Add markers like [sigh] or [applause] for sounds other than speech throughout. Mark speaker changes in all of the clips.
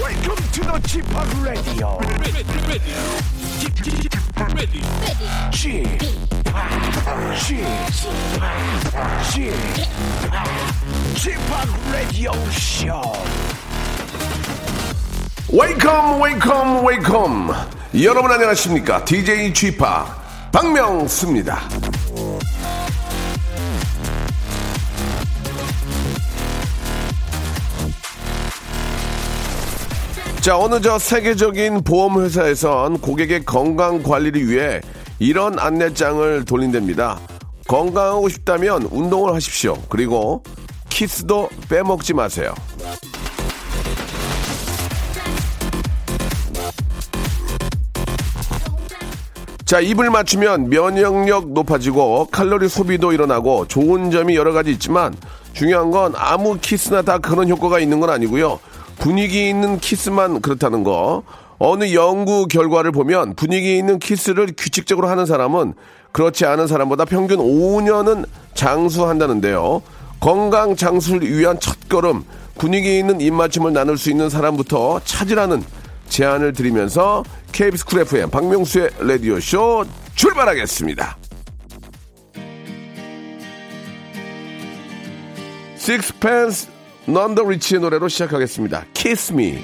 Speaker 1: Welcome to the Chip Radio. Chip, Chip, Chip, Radio Show.
Speaker 2: 웨이컴 웨이컴 웨이컴 여러분 안녕하십니까 DJ 취파 박명수입니다 자 어느 저 세계적인 보험회사에선 고객의 건강 관리를 위해 이런 안내장을 돌린답니다 건강하고 싶다면 운동을 하십시오 그리고 키스도 빼먹지 마세요 자, 입을 맞추면 면역력 높아지고 칼로리 소비도 일어나고 좋은 점이 여러 가지 있지만 중요한 건 아무 키스나 다 그런 효과가 있는 건 아니고요. 분위기 있는 키스만 그렇다는 거. 어느 연구 결과를 보면 분위기 있는 키스를 규칙적으로 하는 사람은 그렇지 않은 사람보다 평균 5년은 장수한다는데요. 건강 장수를 위한 첫걸음 분위기 있는 입맞춤을 나눌 수 있는 사람부터 찾으라는 제안을 드리면서 KBS 쿨 FM 박명수의 라디오쇼 출발하겠습니다. 식스펜스 넌더 리치의 노래로 시작하겠습니다. Kiss Me.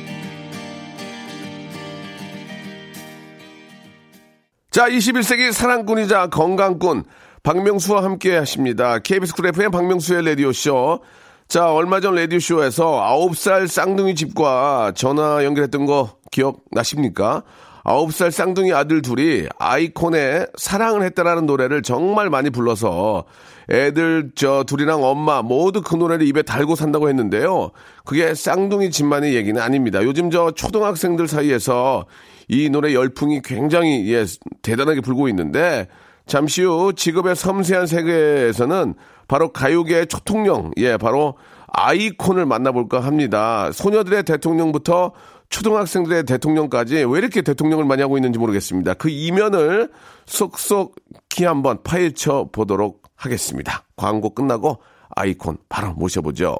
Speaker 2: 자, 21세기 사랑꾼이자 건강꾼 박명수와 함께 하십니다. KBS 쿨 FM 박명수의 라디오쇼. 자, 얼마 전 라디오쇼에서 9살 쌍둥이 집과 전화 연결했던 거 기억나십니까? 9살 쌍둥이 아들 둘이 아이콘의 사랑을 했다라는 노래를 정말 많이 불러서 애들 저 둘이랑 엄마 모두 그 노래를 입에 달고 산다고 했는데요. 그게 쌍둥이 집만의 얘기는 아닙니다. 요즘 저 초등학생들 사이에서 이 노래 열풍이 굉장히 예, 대단하게 불고 있는데 잠시 후 직업의 섬세한 세계에서는 바로 가요계의 초통령, 예, 바로 아이콘을 만나볼까 합니다. 소녀들의 대통령부터 초등학생들의 대통령까지 왜 이렇게 대통령을 많이 하고 있는지 모르겠습니다. 그 이면을 쏙쏙히 한번 파헤쳐 보도록 하겠습니다. 광고 끝나고 아이콘 바로 모셔보죠.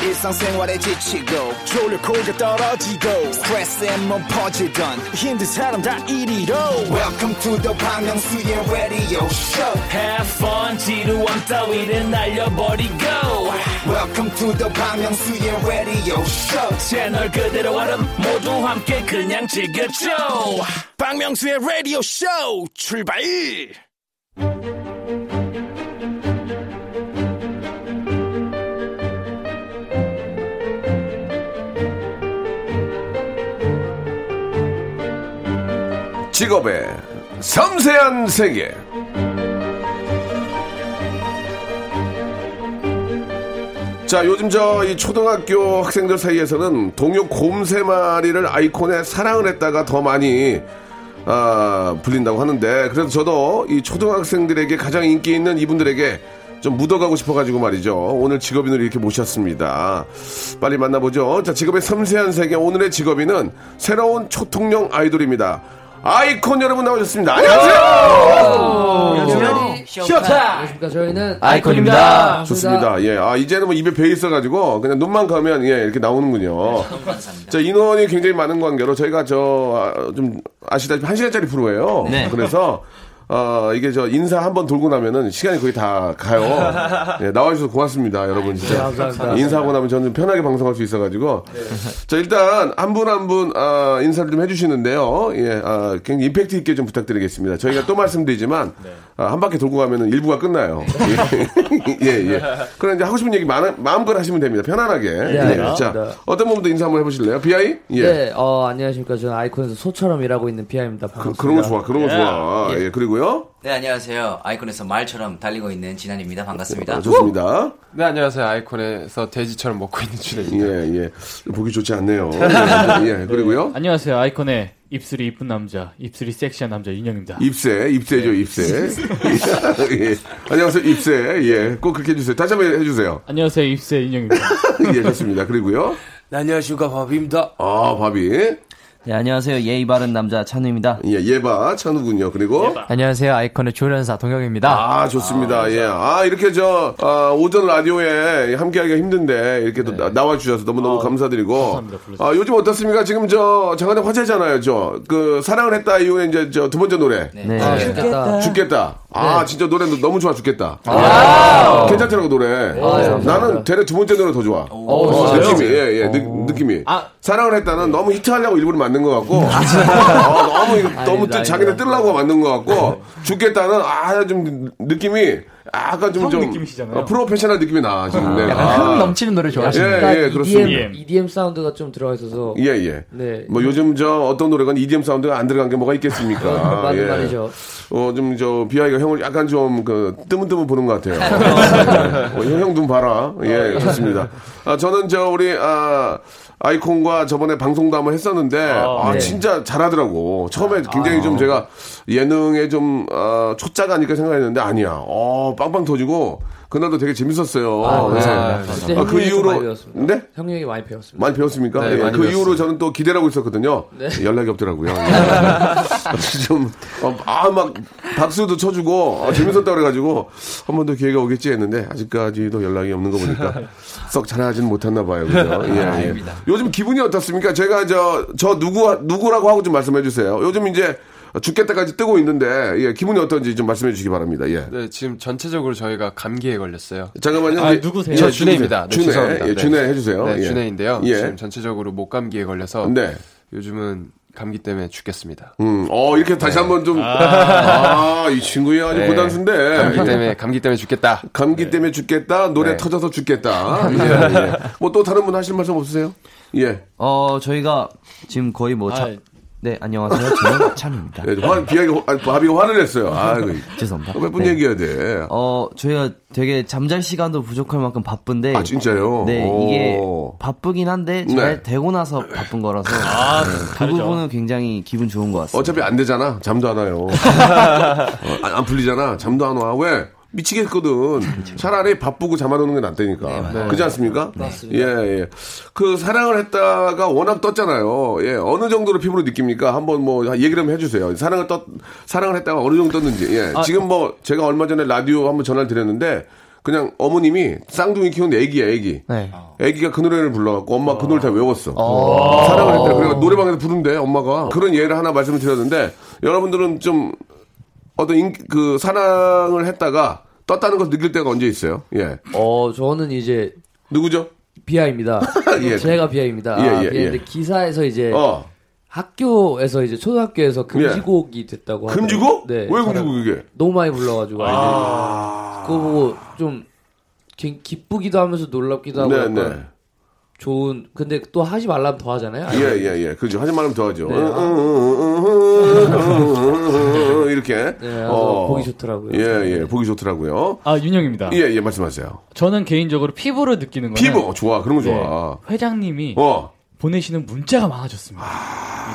Speaker 3: 일상생활에 지치고, 졸려 코가 떨어지고, 스트레스에 몸 퍼지던, 힘든 사람 다 이리로. welcome to the Bang Myung-soo's radio show
Speaker 4: Have fun 지루함 따위를 날려버리고
Speaker 3: welcome to the Bang Myung-soo's radio show
Speaker 4: 채널 그대로 얼음 모두 함께 그냥 즐겨줘
Speaker 1: 박명수의 라디오 쇼 출발!
Speaker 2: 직업의 섬세한 세계. 자, 요즘 저 이 초등학교 학생들 사이에서는 동요 곰세 마리를 아이콘에 사랑을 했다가 더 많이 아, 불린다고 하는데 그래서 저도 이 초등학생들에게 가장 인기 있는 이분들에게 좀 묻어가고 싶어가지고 말이죠. 오늘 직업인을 이렇게 모셨습니다. 빨리 만나보죠. 자, 직업의 섬세한 세계 오늘의 직업인은 새로운 초통령 아이돌입니다. 아이콘 여러분 나오셨습니다. 안녕하세요.
Speaker 5: 시어타 안녕하십니까 저희는
Speaker 6: 아이콘입니다.
Speaker 2: 좋습니다. 예, 아 이제는 뭐 입에 배 있어가지고 그냥 눈만 가면 예 이렇게 나오는군요. 자 인원이 굉장히 많은 관계로 저희가 저 아, 좀 아시다시피 한 시간짜리 프로예요.
Speaker 6: 네.
Speaker 2: 그래서 어 이게 저 인사 한번 돌고 나면은 시간이 거의 다 [laughs] 가요. 예, 나와주셔서 고맙습니다, 네. 여러분 진짜. 인사하고 나면 저는 편하게 방송할 수 있어가지고. 자 일단 한 분 한 분 아, 인사를 좀 해주시는데요. 예, 아, 굉장히 임팩트 있게 좀 부탁드리겠습니다. 저희가 또 말씀드리지만 아, 한 바퀴 돌고 가면은 일부가 [laughs] 끝나요. 예, [laughs] 예. 예. 그럼 이제 하고 싶은 얘기 많, 마음껏 하시면 됩니다. 편안하게. 예. 자 어떤 분부터 인사 한번 해보실래요? 비아이? 예.
Speaker 5: 네, 어, 안녕하십니까 저는 아이콘에서 소처럼 일하고 있는 피아입니다
Speaker 2: 그, 그런 거 좋아, 그런 거 좋아. 예, 그리고요.
Speaker 6: 네, 안녕하세요. 아이콘에서 말처럼 달리고 있는 진한입니다. 반갑습니다.
Speaker 2: 아, 좋습니다.
Speaker 7: 네, 안녕하세요. 아이콘에서 돼지처럼 먹고 있는
Speaker 2: 예,
Speaker 7: 주례입니다.
Speaker 2: 예. 보기 좋지 않네요.
Speaker 6: [laughs]
Speaker 2: 예, 그리고요.
Speaker 8: 안녕하세요. 아이콘의 입술이 이쁜 남자, 입술이 섹시한 남자 윤영입니다. 네.
Speaker 2: 입새, 입새죠, 입새. [laughs] 예. 안녕하세요, 입새. 예. 꼭 그렇게 해주세요. 다시 한 번 해주세요. [laughs]
Speaker 8: 안녕하세요. 입새 윤영입니다.
Speaker 2: 예, 좋습니다. 그리고요.
Speaker 7: 안녕하십니까, 밥입니다.
Speaker 2: 아, 바비.
Speaker 6: 네, 안녕하세요. 예의 바른 남자 찬우입니다.
Speaker 2: 예, 예바 찬우군요. 그리고
Speaker 9: 안녕하세요. 아이콘의 조련사 동혁입니다.
Speaker 2: 아 좋습니다. 예, 아 이렇게 저 아, 오전 라디오에 함께하기가 힘든데 이렇게 또 나와 주셔서 너무 너무 감사드리고.
Speaker 8: 네. 아, 감사합니다. 불러주셔서.
Speaker 2: 아 요즘 어떻습니까? 지금 저 장안의 화제잖아요. 저 그 사랑을 했다 이후에 이제 저 두 번째 노래
Speaker 6: 네.
Speaker 5: 네.
Speaker 6: 아,
Speaker 5: 좋겠다.
Speaker 2: 죽겠다. 아 진짜 노래 너무 좋아 죽겠다. 괜찮더라고 노래. 나는 되레 두 번째 노래 더 좋아. 어, 느낌이 예예 느낌이. 사랑을 했다는 너무 히트하려고 일부러 만든 것 같고. 어, 너무 이거 너무
Speaker 5: 아닙니다,
Speaker 2: 또 자기네
Speaker 5: 아닙니다.
Speaker 2: 뜨려고 만든 것 같고 죽겠다는 아 좀 느낌이 약간
Speaker 8: 성
Speaker 2: 좀좀 어,
Speaker 8: 느낌이시잖아요.
Speaker 2: 프로페셔널 느낌이 나 지금 내가.
Speaker 9: 약간
Speaker 2: 아.
Speaker 9: 흥 넘치는 노래 좋아하시네요.
Speaker 5: 약간
Speaker 2: 예, 예, 그렇습니다.
Speaker 5: EDM, EDM 사운드가 좀 들어가 있어서
Speaker 2: 예 예.
Speaker 5: 네.
Speaker 2: 뭐 요즘 저 어떤 노래건 EDM 사운드가 안 들어간 게 뭐가 있겠습니까?
Speaker 5: 맞는
Speaker 2: 예.
Speaker 5: 말이죠.
Speaker 2: 어, 좀, 저, 비아이가 형을 약간 좀, 그, 뜨문뜨문 보는 것 같아요. 예. 어, 형, 형눈 봐라. 예, 좋습니다. 아, 저는 저, 우리, 아, 아이콘과 저번에 방송도 한번 했었는데, 아,
Speaker 5: 네. 아,
Speaker 2: 진짜 잘하더라고. 처음에 굉장히 좀 제가 예능에 좀, 아, 초짜가 아닐까 생각했는데, 아니야. 어, 빵빵 터지고, 그날도 되게 재밌었어요. 그래서,
Speaker 7: 아,
Speaker 5: 그때
Speaker 2: 아, 그
Speaker 5: 형님이 좀 많이
Speaker 2: 이후로,
Speaker 5: 배웠습니다.
Speaker 2: 네?
Speaker 5: 형님이 많이 배웠습니다.
Speaker 2: 많이 배웠습니까?
Speaker 7: 네,
Speaker 2: 예,
Speaker 7: 많이 네.
Speaker 2: 그
Speaker 7: 배웠어요.
Speaker 2: 이후로 저는 또 기대를 하고 있었거든요. 예, 연락이
Speaker 7: [laughs]
Speaker 2: 없더라고요. [laughs] 좀, 어, 아, 막, 박수도 쳐주고,
Speaker 7: 네.
Speaker 2: 아, 재밌었다 그래가지고, 한 번 더 기회가 오겠지 했는데, 아직까지도 연락이 없는 거
Speaker 7: [laughs]
Speaker 2: 보니까, 썩 잘하진 못했나 봐요. 그죠? 예, 예. 요즘 기분이 어떻습니까? 제가 저, 저 누구, 누구라고 하고 좀 말씀해 주세요. 요즘 이제, 죽겠다까지 뜨고 있는데, 예, 기분이 어떤지 좀 말씀해 주시기 바랍니다. 예.
Speaker 7: 네, 지금 전체적으로 저희가 감기에 걸렸어요.
Speaker 2: 잠깐만요.
Speaker 8: 아,
Speaker 2: 우리-
Speaker 8: 누구세요?
Speaker 2: 예,
Speaker 7: 저 준혜입니다. 네,
Speaker 2: 준혜.
Speaker 7: 죄송합니다.
Speaker 2: 예,
Speaker 7: 네.
Speaker 2: 준혜 해주세요.
Speaker 7: 네,
Speaker 2: 예.
Speaker 7: 준혜인데요.
Speaker 2: 예.
Speaker 7: 지금 전체적으로 목 감기에 걸려서
Speaker 2: 네.
Speaker 7: 요즘은 감기 때문에 죽겠습니다.
Speaker 2: 음, 어, 이렇게 다시 한번 좀. 아, 이 친구야. 아주
Speaker 7: 네.
Speaker 2: 고단수인데.
Speaker 7: 감기 때문에 감기 때문에 죽겠다.
Speaker 2: 감기 때문에 죽겠다. 노래
Speaker 7: 네.
Speaker 2: 터져서 죽겠다.
Speaker 6: 네.
Speaker 2: 예, 예. 뭐 또 다른 분 하실 말씀 없으세요? 예.
Speaker 6: 어, 저희가 지금 거의 뭐 차...
Speaker 8: 아,
Speaker 6: 네, 안녕하세요.
Speaker 9: [laughs]
Speaker 6: 저는 찬우입니다.
Speaker 2: 예, 화, 비하게, 호- 아니, 바비가 화를 냈어요. 아이고.
Speaker 6: 죄송합니다.
Speaker 2: 몇분
Speaker 6: 네.
Speaker 2: 얘기해야 돼.
Speaker 6: 어, 저희가 되게 잠잘 시간도 부족할 만큼 바쁜데
Speaker 2: 아, 진짜요?
Speaker 6: 네,
Speaker 2: 오.
Speaker 6: 이게 바쁘긴 한데 잘
Speaker 2: 네.
Speaker 6: 되고 나서 바쁜 거라서 네, 그 부분은 굉장히 기분 좋은 것 같습니다.
Speaker 2: 어차피 안 되잖아. 잠도 안 와요. 어, 안, 안 풀리잖아. 잠도 안 와. 왜? 미치겠거든. 차라리 바쁘고 잠 안 오는 게 낫다니까. 그렇지 않습니까? 예, 예. 그 사랑을 했다가 워낙 떴잖아요. 예. 어느 정도로 피부로 느낍니까? 한번 뭐 얘기를 한번 해주세요. 사랑을 떴, 사랑을 했다가 어느 정도 떴는지. 예. 지금 뭐 제가 얼마 전에 라디오 한번 전화를 드렸는데 그냥 어머님이 쌍둥이 키우는 애기야, 애기.
Speaker 9: 네.
Speaker 2: 애기가 그 노래를 불러갖고 엄마 그 노래 다 외웠어. 어. 사랑을 했다. 그래서 노래방에서 부른대 엄마가 그런 예를 하나 말씀을 드렸는데 여러분들은 좀 어떤 인, 그 사랑을 했다가 떴다는 걸 느낄 때가 언제 있어요? 예.
Speaker 5: 어, 저는 이제
Speaker 2: 누구죠?
Speaker 5: 비하입니다.
Speaker 2: [laughs] 예.
Speaker 5: 제가 비하입니다. 아,
Speaker 2: 예, 예,
Speaker 5: 비하인데
Speaker 2: 예.
Speaker 5: 기사에서 이제
Speaker 2: 어. 예.
Speaker 5: 학교에서 이제 초등학교에서 금지곡이 됐다고 하더라고요.
Speaker 2: 금지고?
Speaker 5: 네.
Speaker 2: 왜 금지고 그게?
Speaker 5: 너무 많이 불러가지고 아이들이 그거 보고 좀 기, 기쁘기도 하면서 놀랍기도 하고
Speaker 2: 네, 네.
Speaker 5: 약간 좋은 근데 또 하지 말라면 더 하잖아요.
Speaker 2: 예, 예, 예. 그죠. 하지 말면 더 하죠. 응, 응, 응, 응, 응, 응, 이렇게.
Speaker 5: 네, 그래서 보기 좋더라고요.
Speaker 2: 어. 예, 예. 보기 좋더라고요.
Speaker 8: 아, 윤영입니다.
Speaker 2: 예, 예. 말씀하세요.
Speaker 8: 저는 개인적으로 피부로 느끼는 거는
Speaker 2: 피부. 어, 좋아. 그런 거 좋아.
Speaker 8: 네, 회장님이
Speaker 2: 어.
Speaker 8: 보내시는 문자가 많아졌습니다.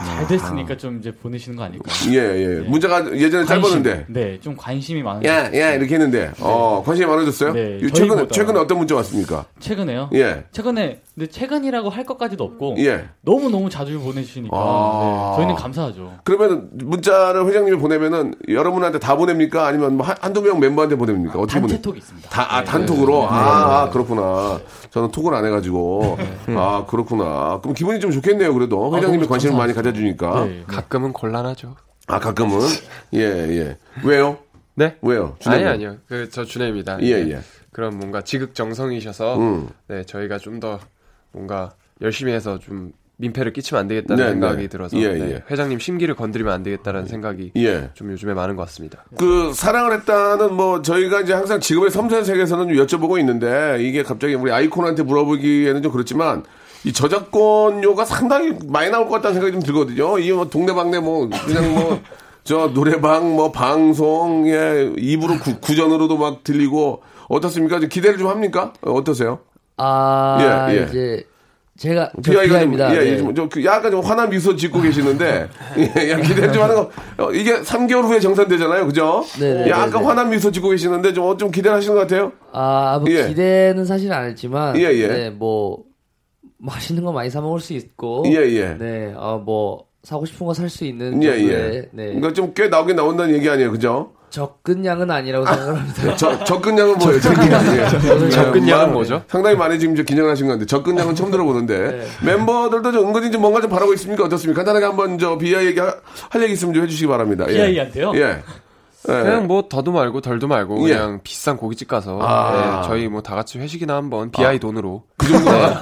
Speaker 8: 잘 됐으니까 좀 이제 보내시는 거 아닐까?
Speaker 2: 예, 예. 문제가 예전에 짧았는데. 예.
Speaker 8: 네, 좀 관심이 많은
Speaker 2: 야, 야, 이렇게 했는데, 어, 관심이 많아졌어요?
Speaker 8: 네,
Speaker 2: 요- 최근에,
Speaker 8: 저희보다.
Speaker 2: 최근에 어떤 문자 왔습니까?
Speaker 8: 최근에요.
Speaker 2: 예.
Speaker 8: 최근에 근데 최근이라고 할 것까지도 없고
Speaker 2: 예.
Speaker 8: 너무 너무 자주 보내주시니까
Speaker 2: 아.
Speaker 8: 네, 저희는 감사하죠.
Speaker 2: 그러면 문자를 회장님이 보내면은 여러분한테 다 보냅니까? 아니면 뭐 한, 한두 명 멤버한테 보냅니까? 어떻게 보내?
Speaker 8: 단체톡이 있습니다.
Speaker 2: 다, 아, 단톡으로? 아, 아, 그렇구나. 저는 톡을 안 해가지고. 아, 그렇구나. 그럼 기분이 좀 좋겠네요, 그래도. 회장님이
Speaker 8: 너무
Speaker 2: 관심을 많이
Speaker 8: 감사합니다.
Speaker 2: 가져주니까.
Speaker 8: 네.
Speaker 7: 가끔은 곤란하죠.
Speaker 2: 아, 가끔은. 예, 예. 왜요?
Speaker 7: 네?
Speaker 2: 왜요?
Speaker 7: 아니
Speaker 2: 준혜님.
Speaker 7: 아니요. 그 저 준혜입니다.
Speaker 2: 예,
Speaker 7: 네.
Speaker 2: 예.
Speaker 7: 그런 뭔가 지극정성이셔서
Speaker 2: 음.
Speaker 7: 네, 저희가 좀 더 뭔가 열심히 해서 좀 민폐를 끼치면 안 되겠다는
Speaker 2: 네,
Speaker 7: 생각이
Speaker 2: 네.
Speaker 7: 들어서
Speaker 2: 예,
Speaker 7: 네,
Speaker 2: 예.
Speaker 7: 회장님 심기를 건드리면 안 되겠다는 생각이
Speaker 2: 예.
Speaker 7: 좀 요즘에 많은 것 같습니다.
Speaker 2: 그 사랑을 했다는 뭐 저희가 이제 항상 직업의 섬세한 세계에서는 좀 여쭤보고 있는데 이게 갑자기 우리 아이콘한테 물어보기에는 좀 그렇지만 이 저작권료가 상당히 많이 나올 것 같다는 생각이 좀 들거든요. 이뭐 동네방네 뭐 그냥 뭐 저 노래방 뭐 방송 예 입으로 구, 구전으로도 막 들리고 어떻습니까? 좀 기대를 좀 합니까? 어, 어떠세요?
Speaker 5: 아
Speaker 2: 예, 예.
Speaker 5: 이제 제가 저
Speaker 2: 비아이가 좀,
Speaker 5: 비하입니다.
Speaker 2: 예,
Speaker 5: 네.
Speaker 2: 예, 좀, 좀그 약간 좀 환한 미소 짓고 계시는데, 예, 예, 기대 좀 하는 거, 어, 이게 3개월 후에 정산되잖아요, 그죠?
Speaker 5: 네네,
Speaker 2: 약간
Speaker 5: 네네.
Speaker 2: 환한 미소 짓고 계시는데, 좀, 어, 좀 기대를 하시는 것 같아요?
Speaker 5: 아, 뭐
Speaker 2: 예.
Speaker 5: 기대는 사실 안 했지만,
Speaker 2: 예, 예.
Speaker 5: 네, 뭐 맛있는 거 많이 사 먹을 수 있고,
Speaker 2: 예, 예.
Speaker 5: 네, 어, 뭐 사고 싶은 거 살 수 있는
Speaker 2: 예, 예.
Speaker 5: 정도의, 네.
Speaker 2: 그러니까 좀 꽤 나오긴 나온다는 얘기 아니에요, 그죠? 네,
Speaker 5: 적근량은 아니라고 생각합니다.
Speaker 2: 저, 적근량은
Speaker 5: [laughs]
Speaker 2: 뭐예요? 적근량. 예.
Speaker 7: 적근량은
Speaker 2: 마-
Speaker 7: 뭐죠?
Speaker 2: 상당히 많이 지금 이제 기념하신 건데, 적근량은 처음
Speaker 5: [laughs] 네.
Speaker 2: 들어보는데, 멤버들도 좀 은근히 좀 뭔가 좀 바라고 있습니까? 어떻습니까? 간단하게 한번 저 비아 얘기, 하- 할 얘기 있으면 좀 해주시기 바랍니다. 예.
Speaker 8: BI한테요?
Speaker 2: 예.
Speaker 7: 그냥 뭐 더도 말고 덜도 말고
Speaker 2: 예.
Speaker 7: 그냥 비싼 고깃집 가서
Speaker 2: 아.
Speaker 7: 네, 저희 뭐 다 같이 회식이나 한번 BI 돈으로 그 정도
Speaker 5: [laughs] 네.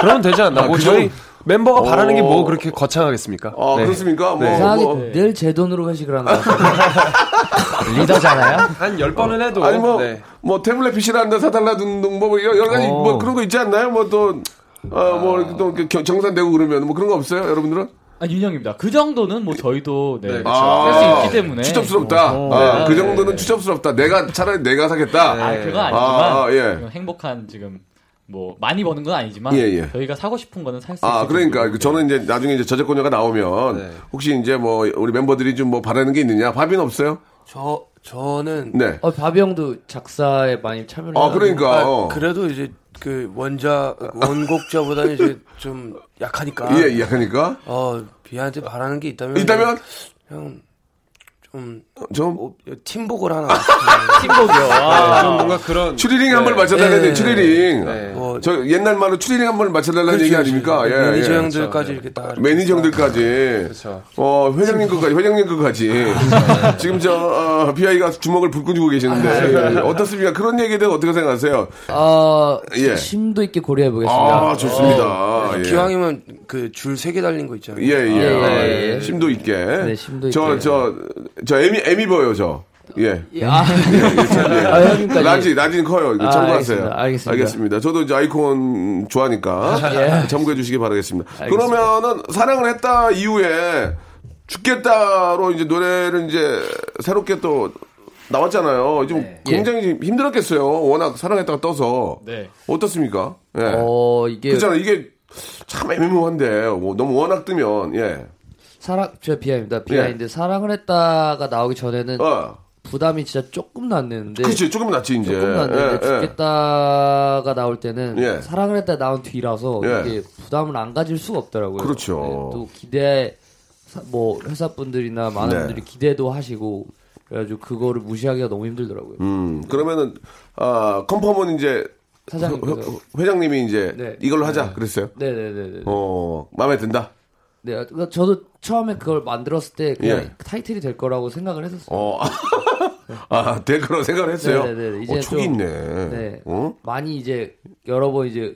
Speaker 7: 그러면 되지 않나?
Speaker 2: 아,
Speaker 7: 뭐
Speaker 2: 그
Speaker 7: 저희
Speaker 2: 정도?
Speaker 7: 멤버가 바라는 게
Speaker 2: 오.
Speaker 7: 뭐 그렇게 거창하겠습니까?
Speaker 2: 아,
Speaker 7: 네.
Speaker 2: 그렇습니까? 뭐,
Speaker 5: 이상하게
Speaker 2: 뭐.
Speaker 5: 늘 제 돈으로 회식을 한다.
Speaker 9: 리더잖아요.
Speaker 7: 한 10번은 해도
Speaker 2: 아니, 뭐,
Speaker 7: 네.
Speaker 2: 뭐, 태블릿 PC를 한다, 사달라, 둔둥, 뭐, 뭐, 여러 가지, 뭐, 그런 거 있지 않나요? 뭐, 또, 어, 뭐, 이렇게 또, 이렇게 경- 정산되고 그러면, 뭐, 그런 거 없어요? 여러분들은?
Speaker 8: 아, 윤형입니다. 그 정도는 뭐 저희도 네,
Speaker 7: 네,
Speaker 8: 할 수
Speaker 7: 그쵸.
Speaker 2: 아.
Speaker 8: 있기 때문에.
Speaker 2: 추접스럽다. 아, 그 정도는 추접스럽다. 내가 차라리 내가 사겠다.
Speaker 8: 아, 그건 아니지만
Speaker 2: 아, 아, 예.
Speaker 8: 지금 행복한 지금 뭐 많이 버는 건 아니지만
Speaker 2: 예, 예.
Speaker 8: 저희가 사고 싶은 거는 살 수 있어요.
Speaker 2: 아, 그러니까 그 저는 이제 나중에 이제 저작권료가 나오면 혹시 이제 뭐 우리 멤버들이 좀 뭐 바라는 게 있느냐? 밥인 없어요?
Speaker 10: 저 저는
Speaker 2: 네.
Speaker 5: 어, 바비 형도 작사에 많이 참여를
Speaker 2: 아,
Speaker 5: 해가지고.
Speaker 2: 그러니까.
Speaker 10: 아,
Speaker 2: 어.
Speaker 10: 그래도 이제 그 원자 원곡자보다는 이제 좀 약하니까.
Speaker 2: 예, 예, 그러니까.
Speaker 10: 어 비한테 바라는 게 있다면
Speaker 2: 있다면 어,
Speaker 10: 형좀 어,
Speaker 2: 좀
Speaker 10: 팀복을
Speaker 2: [laughs]
Speaker 10: 하나.
Speaker 8: 팀복이요.
Speaker 7: 좀 뭔가 그런
Speaker 2: 추리링 한 번 맞춰달라는
Speaker 10: 네.
Speaker 2: 추리링.
Speaker 10: 뭐
Speaker 2: 저 옛날 말로 추리링 한 번 맞춰달라는 얘기 아닙니까? 예,
Speaker 10: 그 매니저
Speaker 2: 예.
Speaker 10: 형들까지 네, 이렇게 다.
Speaker 2: 매니저 형들까지.
Speaker 7: 그렇죠.
Speaker 2: 어, 회장님 것까지, 회장님 것까지. 지금 저, 어, 비아이가 주먹을 불끈 쥐고 계시는데. 예, 어떻습니까? 그런 얘기에 대해서 어떻게 생각하세요?
Speaker 5: 아,
Speaker 2: 예.
Speaker 5: 심도 있게 고려해 보겠습니다.
Speaker 2: 아, 좋습니다. 예.
Speaker 10: 기왕이면 그 줄 세 개 달린 거 있잖아요.
Speaker 2: 예, 예.
Speaker 5: 예,
Speaker 2: 아,
Speaker 5: 예.
Speaker 2: 심도 있게.
Speaker 5: 네, 심도
Speaker 2: 저,
Speaker 5: 있게.
Speaker 2: 저, 저, 애미, 애미버요, 저. 예.
Speaker 5: 아, 아, 형님까지.
Speaker 2: 라지, 라지는 커요. 이거
Speaker 5: 아,
Speaker 2: 참고하세요.
Speaker 5: 알겠습니다. 알겠습니다.
Speaker 2: 알겠습니다. 저도 이제 아이콘
Speaker 5: [laughs] 예.
Speaker 2: 좋아하니까. 참고해 주시기 바라겠습니다. 그러면은, 사랑을 했다 이후에, 죽겠다로 이제 노래를 이제 새롭게 또 나왔잖아요. 좀 굉장히 지금 힘들었겠어요. 워낙 사랑했다가 떠서.
Speaker 8: 네.
Speaker 2: 어떻습니까? 예.
Speaker 5: 어, 이게
Speaker 2: 그렇잖아요. 이게 참 애매모호한데, 뭐 너무 워낙 뜨면, 예.
Speaker 5: 사랑 제 비하입니다. 비하인데 사랑을 했다가 나오기 전에는
Speaker 2: 어.
Speaker 5: 부담이 진짜 조금 났는데
Speaker 2: 그치 조금 낫지 이제
Speaker 5: 네. 조금 났는데
Speaker 2: 예, 예.
Speaker 5: 죽겠다가 나올 때는
Speaker 2: 예.
Speaker 5: 사랑을 했다 나온 뒤라서
Speaker 2: 예.
Speaker 5: 이게 부담을 안 가질 수가 없더라고요. 예,
Speaker 2: 그렇죠.
Speaker 5: 또 기대 사- 뭐 회사분들이나 많은
Speaker 2: 네.
Speaker 5: 분들이 기대도 하시고 그래가지고 그거를 무시하기가 너무 힘들더라고요.
Speaker 2: 음 그러면은 아 컨펌은 이제
Speaker 5: 사장님
Speaker 2: 회-
Speaker 5: 그거-
Speaker 2: 회장님이 이제
Speaker 5: 네.
Speaker 2: 이걸로 하자 그랬어요
Speaker 5: 네네네네.
Speaker 2: 어 마음에 든다
Speaker 5: 네, 그러니까 저도 처음에 그걸 만들었을 때 그냥
Speaker 2: 예.
Speaker 5: 타이틀이 될 거라고 생각을 했었어요.
Speaker 2: [laughs] 어아 댓글로 생각을 했어요
Speaker 5: 네네네.
Speaker 2: 어
Speaker 5: 이제
Speaker 2: 촉이
Speaker 5: 좀-
Speaker 2: 있네
Speaker 5: 네.
Speaker 2: 어?
Speaker 5: 많이 이제 여러 번 이제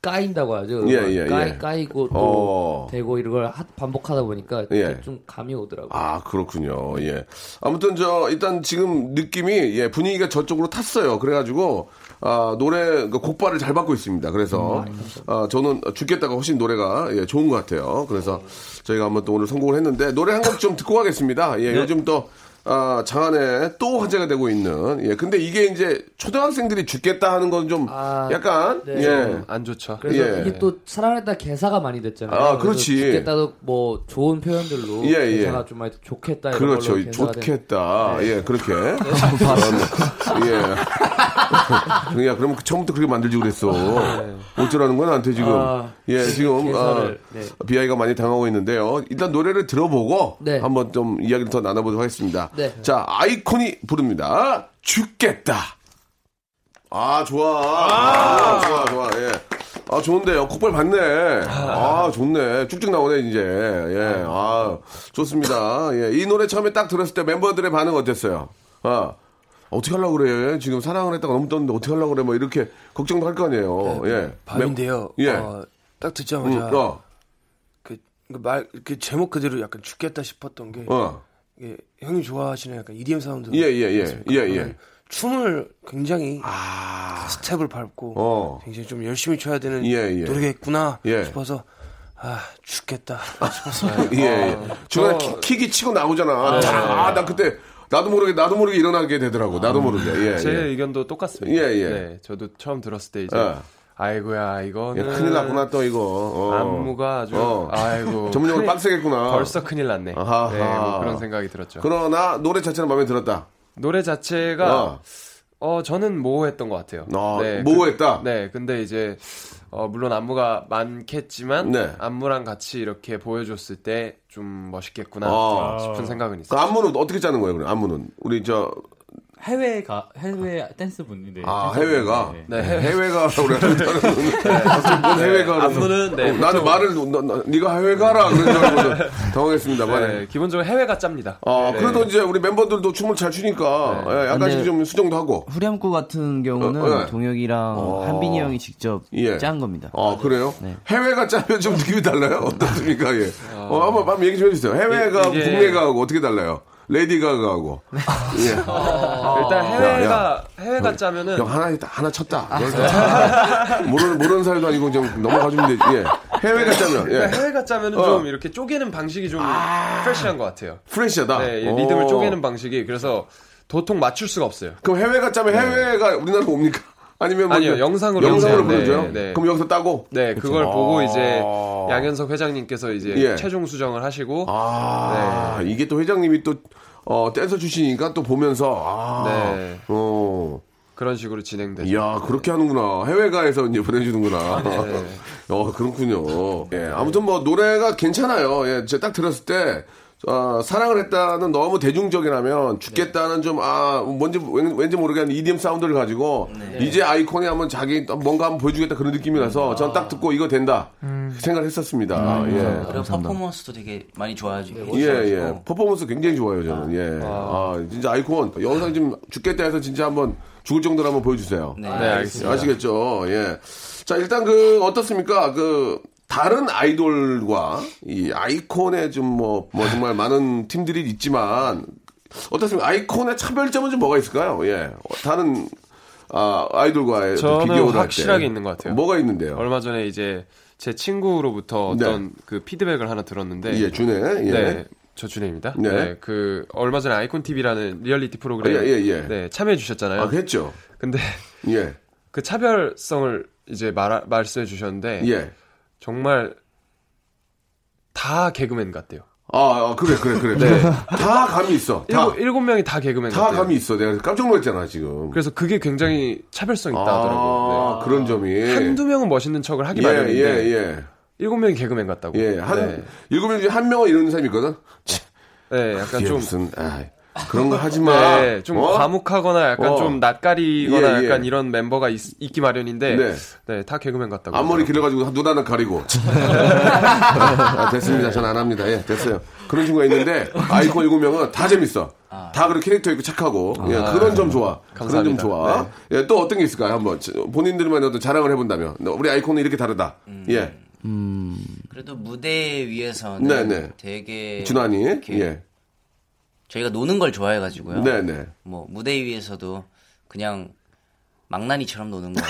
Speaker 5: 까인다고 하죠.
Speaker 2: 예, 예,
Speaker 5: 까이,
Speaker 2: 예.
Speaker 5: 까이고
Speaker 2: 어.
Speaker 5: 또 되고 이런 걸 하- 반복하다 보니까
Speaker 2: 예.
Speaker 5: 좀 감이 오더라고요.
Speaker 2: 아 그렇군요 예 아무튼 저 일단 지금 느낌이 예 분위기가 저쪽으로 탔어요 그래가지고 아 노래 그러니까 곡발을 잘 받고 있습니다 그래서
Speaker 5: 음,
Speaker 2: 아 저는 죽겠다가 훨씬 노래가 예, 좋은 것 같아요 그래서 저희가 한번 또 오늘 성공을 했는데 노래 한 곡 좀 듣고 가겠습니다
Speaker 5: 네.
Speaker 2: 예 요즘 또 아, 장안에 또 화제가 되고 있는 예 근데 이게 이제 초등학생들이 죽겠다 하는 건 좀
Speaker 5: 아,
Speaker 2: 약간
Speaker 5: 네.
Speaker 2: 예
Speaker 7: 안 좋죠.
Speaker 5: 그래서
Speaker 2: 예.
Speaker 5: 이게 또 사랑했다 개사가 많이 됐잖아요.
Speaker 2: 아,
Speaker 5: 그래서
Speaker 2: 그렇지.
Speaker 5: 죽겠다도 뭐 좋은 표현들로
Speaker 2: 예, 예.
Speaker 5: 개사가 좀 많이 좋겠다 이런 걸로 네.
Speaker 2: 그렇죠.
Speaker 5: 개사가 된-
Speaker 2: 좋겠다. 예,
Speaker 5: [laughs]
Speaker 2: 그렇게. 그럼, 예. 야, 그럼 처음부터 그렇게 만들지 그랬어. 어쩌라는 거야, 나한테 지금.
Speaker 5: 네. 아,
Speaker 2: 예, 지금, 아,
Speaker 5: 개사를, 네.
Speaker 2: 비아이가 많이 당하고 있는데요. 일단 노래를 들어보고
Speaker 5: 네.
Speaker 2: 한번 좀 이야기를 더 나눠보도록 하겠습니다.
Speaker 5: 네.
Speaker 2: 자, 아이콘이 부릅니다. 죽겠다. 아, 좋아. 아, 좋아, 좋아. 예. 아, 좋은데요. 콧발 봤네. 아, 좋네. 쭉쭉 나오네, 이제. 예. 아, 좋습니다. 예. 이 노래 처음에 딱 들었을 때 멤버들의 반응 어땠어요? 아, 어떻게 하려고 그래? 지금 사랑을 했다가 너무 떴는데 어떻게 하려고 그래? 뭐 이렇게 걱정도 할 거 아니에요.
Speaker 10: 네,
Speaker 2: 예.
Speaker 10: 밤인데요.
Speaker 2: 예.
Speaker 10: 어, 딱
Speaker 2: 음,
Speaker 10: 듣자마자
Speaker 2: 어,
Speaker 10: 그말그 제목 그대로 약간 죽겠다 싶었던 게
Speaker 2: 어.
Speaker 10: 예, 형님 좋아하시는 약간 EDM 사운드.
Speaker 2: 예, 예, 예.
Speaker 10: 있습니까?
Speaker 2: 예, 예.
Speaker 10: 그러면 춤을 굉장히 스텝을 밟고
Speaker 2: 아. 어.
Speaker 10: 굉장히 좀 열심히 춰야 되는
Speaker 2: 예, 예.
Speaker 10: 노래겠구나
Speaker 2: 예.
Speaker 10: 싶어서 아 죽겠다 싶어서
Speaker 2: 예, 예.
Speaker 7: 아.
Speaker 2: 중간에
Speaker 7: 어.
Speaker 2: 킥- 킥이 치고
Speaker 7: 네.
Speaker 2: 나오잖아. 아, 나 그때 나도 모르게 나도 모르게 일어나게 되더라고. 나도 모르게. 예.
Speaker 7: 음. 제
Speaker 2: 예.
Speaker 7: 의견도 똑같습니다.
Speaker 2: 예, 예.
Speaker 7: 네, 저도 처음 들었을 때 이제
Speaker 2: 예.
Speaker 7: 아이고야 이거는
Speaker 2: 야, 예, 큰일 났구나 또 이거. 어.
Speaker 7: 안무가 아주
Speaker 2: 어. [laughs]
Speaker 7: 아이고
Speaker 2: 전문용어로
Speaker 7: 큰일-
Speaker 2: 빡세겠구나.
Speaker 7: 벌써 큰일 났네.
Speaker 2: 아하.
Speaker 7: 네, 뭐 그런 생각이 들었죠.
Speaker 2: 그러나 노래 자체는 마음에 들었다.
Speaker 7: 아. 노래 자체가
Speaker 2: 어.
Speaker 7: 어 저는 모호했던 것 같아요.
Speaker 2: 아, 모호했다?
Speaker 7: 그, 네, 근데 이제 어, 물론 안무가 많겠지만
Speaker 2: 네.
Speaker 7: 안무랑 같이 이렇게 보여줬을 때 좀 멋있겠구나
Speaker 2: 아.
Speaker 7: 싶은 생각은
Speaker 2: 그
Speaker 7: 있어요.
Speaker 2: 안무는 어떻게 짜는 거예요? 그럼 안무는 우리 저
Speaker 8: 해외가 해외 댄스 분인데.
Speaker 2: 아, 해외가?
Speaker 8: 네.
Speaker 7: 네.
Speaker 2: 해외가
Speaker 7: [laughs]
Speaker 2: 그래. 뭔 해외가
Speaker 7: 안무는, 네,
Speaker 2: 어, 나는
Speaker 7: 보통-
Speaker 2: 말을 너, 너, 네가 해외가라 그런 줄
Speaker 7: [laughs]
Speaker 2: 알고 당황했습니다만.
Speaker 7: 네, 기본적으로 해외가 짭니다.
Speaker 2: 아,
Speaker 7: 네. 아,
Speaker 2: 그래도 이제 우리 멤버들도 춤을 잘 추니까 예, 약간씩
Speaker 6: 근데-
Speaker 2: 좀 수정도 하고.
Speaker 5: 어,
Speaker 6: 후렴구 같은 경우는
Speaker 2: 어, 네.
Speaker 6: 동혁이랑 한빈이 형이 직접
Speaker 2: 예.
Speaker 6: 짠 겁니다.
Speaker 2: 아,
Speaker 7: 네.
Speaker 2: 그래요? 해외가 짜면 좀 느낌이 달라요? 어떻습니까? 예. 어, 한번, 한번 얘기 좀 해주세요. 해외가,
Speaker 7: 아. 이게-
Speaker 2: 국내가 하고 어떻게 달라요? 레디 가가하고. 예.
Speaker 7: 일단 해외가
Speaker 2: 야,
Speaker 7: 해외가 짜면은
Speaker 2: 형, 하나, 있다, 하나 쳤다.
Speaker 7: 아.
Speaker 2: 이걸 다- 모르는, 모르는 사이도 아니고 좀 넘어가주면 되지. 예. 해외가 짜면, 예.
Speaker 7: 그러니까 해외가 짜면은
Speaker 2: 어. 아.
Speaker 7: 좀 이렇게 쪼개는 방식이 좀 프레시한 것 같아요.
Speaker 2: 프레시하다.
Speaker 7: 네, 이
Speaker 2: 오.
Speaker 7: 리듬을 쪼개는 방식이 그래서 도통 맞출 수가 없어요.
Speaker 2: 그럼 해외가 짜면 해외가 우리나라로 옵니까? 아니면 뭐
Speaker 7: 네. 아니요,
Speaker 2: 이제
Speaker 7: 영상으로
Speaker 2: 영상으로
Speaker 7: 네,
Speaker 2: 보내줘요?
Speaker 7: 네, 네.
Speaker 2: 그럼 여기서 따고?
Speaker 7: 네, 그걸 보고 이제
Speaker 2: 그렇죠. 아.
Speaker 7: 양현석 회장님께서 이제
Speaker 2: 예.
Speaker 7: 최종 수정을 하시고
Speaker 2: 아, 이게 또 회장님이 또, 어, 댄서 출신이니까 또 보면서, 아,
Speaker 7: 네.
Speaker 2: 어,
Speaker 7: 그런 식으로 진행되죠.
Speaker 2: 이야, 그렇게 하는구나. 해외가에서 이제 보내주는구나. [laughs] 어, 그렇군요. 예, 아무튼 뭐, 노래가 괜찮아요. 예, 제가 딱 들었을 때, 어, 사랑을 했다는 너무 대중적이라면 죽겠다는 좀, 아, 뭔지, 왠- 왠지 모르게 하는 EDM 사운드를 가지고, 이제 아이콘이 한번 자기 뭔가 한번 보여주겠다 그런 느낌이라서, 전 딱 듣고 이거 된다. 생각을 했었습니다. 예.
Speaker 6: 그리고 감사합니다.
Speaker 9: 퍼포먼스도 되게 많이 좋아하죠.
Speaker 2: 예, 예. 퍼포먼스 굉장히 좋아요, 저는. 예. 아, 진짜 아이콘. 영상 좀 죽겠다 해서 진짜 한번 죽을 정도로 한번 보여주세요. 네,
Speaker 7: 알겠습니다.
Speaker 2: 아시겠죠? 예. 자, 일단 그, 어떻습니까? 그, 다른 아이돌과 이 아이콘의 좀 뭐, 뭐 정말 많은 팀들이 있지만, 어떻습니까? 아이콘의 차별점은 좀 뭐가 있을까요? 예. 어, 다른, 아, 아이돌과의
Speaker 7: 저는
Speaker 2: 비교를 할 때.
Speaker 7: 확실하게 있는 것 같아요.
Speaker 2: 뭐가 있는데요? 네.
Speaker 7: 얼마 전에 이제 제 친구로부터 어떤 그 피드백을 하나 들었는데
Speaker 2: 예, 준해. 예.
Speaker 7: 네. 저 준혜입니다.
Speaker 2: 네.
Speaker 7: 네. 그 얼마 전에 아이콘 TV라는 리얼리티 프로그램
Speaker 2: 아, 예, 예, 예.
Speaker 7: 네, 참여해 주셨잖아요.
Speaker 2: 아, 그랬죠.
Speaker 7: 근데 [laughs]
Speaker 2: 예.
Speaker 7: 그 차별성을 이제 말 말씀해 주셨는데
Speaker 2: 예.
Speaker 7: 정말 다 개그맨 같대요.
Speaker 2: 아, 아, 그래, 그래, 그래. 다 감이 있어. 다,
Speaker 7: 일곱, 일곱 네. 명이 다 개그맨
Speaker 2: 다
Speaker 7: 같아요.
Speaker 2: 감이 있어. 내가 깜짝 놀랐잖아, 지금.
Speaker 7: 그래서 그게 굉장히 차별성이 있다 하더라고요.
Speaker 2: 아, 그런 점이.
Speaker 7: 네. 한두 명은 멋있는 척을 하기
Speaker 2: 예,
Speaker 7: 마련인데
Speaker 2: 예,
Speaker 7: 일곱 명이 개그맨 같다고.
Speaker 2: 예. 예, 한,
Speaker 7: 네.
Speaker 2: 일곱 명 중에 한 명은 이런 사람이 있거든?
Speaker 7: 네, 약간
Speaker 2: 이게
Speaker 7: 좀
Speaker 2: 무슨, 아 [laughs] 그런 거 하지 마.
Speaker 7: 네, 좀
Speaker 2: 어?
Speaker 7: 과묵하거나 약간
Speaker 2: 어.
Speaker 7: 좀
Speaker 2: 예,
Speaker 7: 낯가리거나
Speaker 2: 예.
Speaker 7: 약간 이런 멤버가 있, 있기 마련인데
Speaker 2: 네.
Speaker 7: 네. 다 개그맨 같다고. 네,
Speaker 2: 앞머리
Speaker 7: 하더라고요.
Speaker 2: 길러가지고 눈 하나 가리고. 아, 됐습니다. 전 안 합니다. 예, 됐어요. 그런 친구가 있는데, 아이콘 일곱 명은 다 재밌어. 다 그런 캐릭터 있고 착하고. 예, 그런 점 좋아. 그런 점
Speaker 7: 감사합니다.
Speaker 2: 좋아. 예, 또 어떤 게 있을까요? 한번 본인들만의 어떤 자랑을 해본다면. 우리 아이콘은 이렇게 다르다. 예.
Speaker 9: 그래도 무대 위에서는
Speaker 2: 네네.
Speaker 9: 되게
Speaker 2: 준환이.
Speaker 9: 이렇게
Speaker 2: 예.
Speaker 9: 저희가 노는 걸 좋아해가지고요.
Speaker 2: 네네.
Speaker 9: 뭐 무대 위에서도 그냥 망나니처럼 노는 거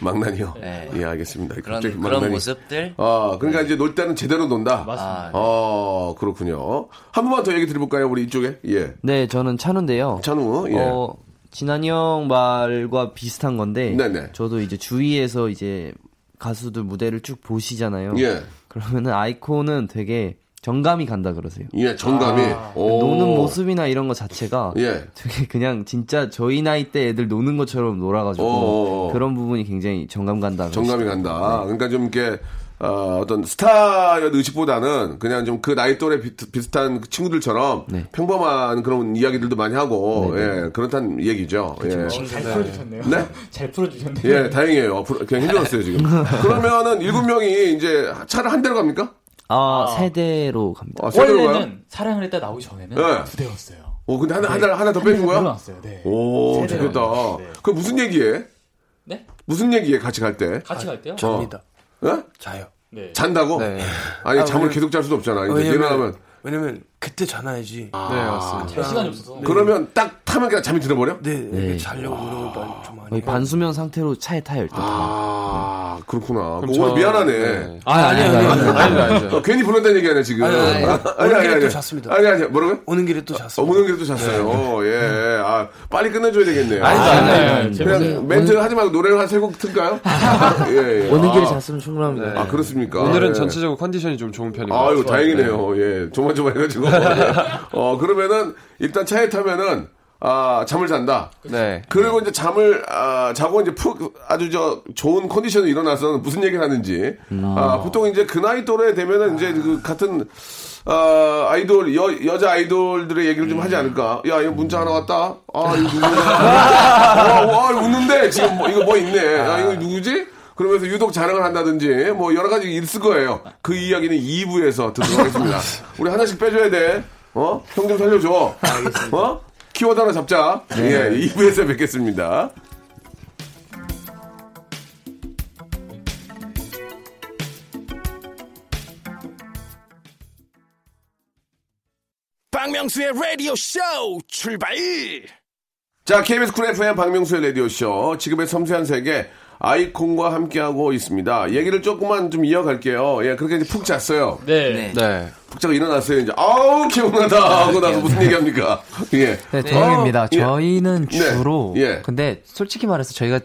Speaker 2: 망나니요.
Speaker 9: 네.
Speaker 2: 예, 알겠습니다.
Speaker 9: 그런
Speaker 2: 갑자기
Speaker 9: 그런
Speaker 2: 망나니.
Speaker 9: 모습들
Speaker 2: 아, 그러니까 이제 놀 때는 제대로 논다.
Speaker 9: 아,
Speaker 2: 어, 그렇군요. 한 번만 더 얘기 드려볼까요? 우리 이쪽에. 예.
Speaker 6: 네, 저는 찬우인데요.
Speaker 2: 찬우. 예.
Speaker 6: 어, 진한이 형 말과 비슷한 건데
Speaker 2: 네네.
Speaker 6: 저도 이제 주위에서 이제 가수들 무대를 쭉 보시잖아요.
Speaker 2: 예.
Speaker 6: 그러면은 아이콘은 되게 정감이 간다 그러세요.
Speaker 2: 예, 정감이. 오.
Speaker 6: 노는 모습이나 이런 거 자체가
Speaker 2: 예.
Speaker 6: 되게 그냥 진짜 저희 나이 때 애들 노는 것처럼 놀아가지고
Speaker 2: 어어어.
Speaker 6: 그런 부분이 굉장히 정감 간다.
Speaker 2: 정감이 간다. 그러니까 좀 이렇게 어, 떤 스타의 의식보다는 그냥 좀 그 나이 또래 비, 비슷한 그 친구들처럼
Speaker 6: 네.
Speaker 2: 평범한 그런 이야기들도 많이 하고 예, 그렇다는 얘기죠. 예.
Speaker 8: 잘 풀어주셨네요.
Speaker 2: 네?
Speaker 8: [laughs] 잘 풀어주셨네요.
Speaker 2: 예, 다행이에요. 앞으로 그냥 힘들었어요, 지금. 그러면은 일곱 명이 이제 차를 한 대로 갑니까?
Speaker 6: 아, 세대로 갑니다.
Speaker 2: 아, 세 대로 가요?
Speaker 8: 원래는 사랑을 했다 나오기 전에는
Speaker 2: 네.
Speaker 8: 두 대였어요.
Speaker 2: 오, 근데 하나, 하나, 하나 더 빼준 거야?
Speaker 8: 늘어났어요. 네.
Speaker 2: 오,
Speaker 8: 세 대로
Speaker 2: 좋겠다.
Speaker 8: 가요. 네.
Speaker 2: 그 무슨 얘기해?
Speaker 8: 네?
Speaker 2: 무슨 얘기해, 같이 갈 때?
Speaker 8: 같이 갈 때요?
Speaker 10: 접니다.
Speaker 2: 예?
Speaker 10: 자요.
Speaker 8: 네.
Speaker 2: 잔다고?
Speaker 7: 네.
Speaker 2: 아니,
Speaker 10: 아,
Speaker 2: 잠을
Speaker 10: 왜냐면-
Speaker 2: 계속 잘 수도 없잖아. 이제 일어나면.
Speaker 10: 왜냐면 왜냐면 그때 자나야지.
Speaker 2: 아,
Speaker 7: 네, 맞습니다.
Speaker 8: 잘 아, 시간이 없어서.
Speaker 2: 그러면 딱 타면 그냥 잠이 들어버려?
Speaker 10: 네, 이렇게 자려고 노력을 많이 좀 많이.
Speaker 2: 뭐
Speaker 6: 거의 반수면 상태로 차에 타요 일단.
Speaker 2: 아, 그렇구나.
Speaker 7: 그럼
Speaker 2: 그거
Speaker 7: 저-
Speaker 2: 미안하네.
Speaker 7: 네.
Speaker 10: 아, 아니요, 아니요, 아니요.
Speaker 7: 아니죠, 아니죠.
Speaker 2: 어, 괜히 부른다는 얘기 아니야, 지금.
Speaker 10: 아니, 아니, 아니. 오는 길에 또 잤습니다. 네.
Speaker 2: 아니, 아니, 뭐라고요?
Speaker 10: 오는 길에 또
Speaker 2: 어,
Speaker 10: 잤어요.
Speaker 2: 오는 길에 또 잤어요. 어, 예. 아, 빨리 끝내줘야 되겠네요.
Speaker 8: 네. 네.
Speaker 2: 그냥 멘트 하지 말고 노래를 한 세 곡 틀까요? 예, 예.
Speaker 6: 오는 길에
Speaker 2: 아,
Speaker 6: 잤으면 충분합니다.
Speaker 2: 아, 그렇습니까?
Speaker 7: 오늘은
Speaker 2: 예.
Speaker 7: 전체적으로 컨디션이 좀 좋은 편이고.
Speaker 2: 아유, [laughs] 다행이네요. 예. 조만조만 해가지고. 어, 그러면은, 일단 차에 타면은, 아, 잠을 잔다.
Speaker 7: 네.
Speaker 2: 그리고 이제 잠을 아, 자고 이제 푹 아주 저 좋은 컨디션으로 일어나서 무슨 얘기를 하는지 아, 보통 이제 그 나이 또래 되면은 이제 그 같은 아, 아이돌 여, 여자 아이돌들의 얘기를 좀 하지 않을까? 야, 이거 문자 하나 왔다. 아, 이거 누구야? 와, 와, 어, 웃는데 지금 뭐, 이거 뭐 있네. 야, 이거 누구지? 그러면서 유독 자랑을 한다든지 뭐 여러 가지 있을 거예요. 그 이야기는 2부에서 듣도록 하겠습니다. 우리 하나씩 빼줘야 돼. 어? 형 좀 살려줘. 어? 키워드 하나 잡자.
Speaker 6: 네.
Speaker 2: 예, 2부에서 뵙겠습니다.
Speaker 1: 박명수의 라디오 쇼 출발!
Speaker 2: 자, KBS 쿨 FM 박명수의 라디오쇼. 지금의 섬세한 세계 아이콘과 함께하고 있습니다. 얘기를 조금만 좀 이어갈게요. 예, 그렇게 이제 푹 잤어요.
Speaker 8: 네.
Speaker 7: 네.
Speaker 2: 푹 자고 일어났어요. 이제, 아우, 개운하다. 하고 나서 무슨 얘기합니까? 예.
Speaker 6: 네, 죄송합니다.
Speaker 2: 예.
Speaker 6: 저희는
Speaker 2: 네.
Speaker 6: 주로
Speaker 2: 예.
Speaker 6: 근데 솔직히 말해서 저희가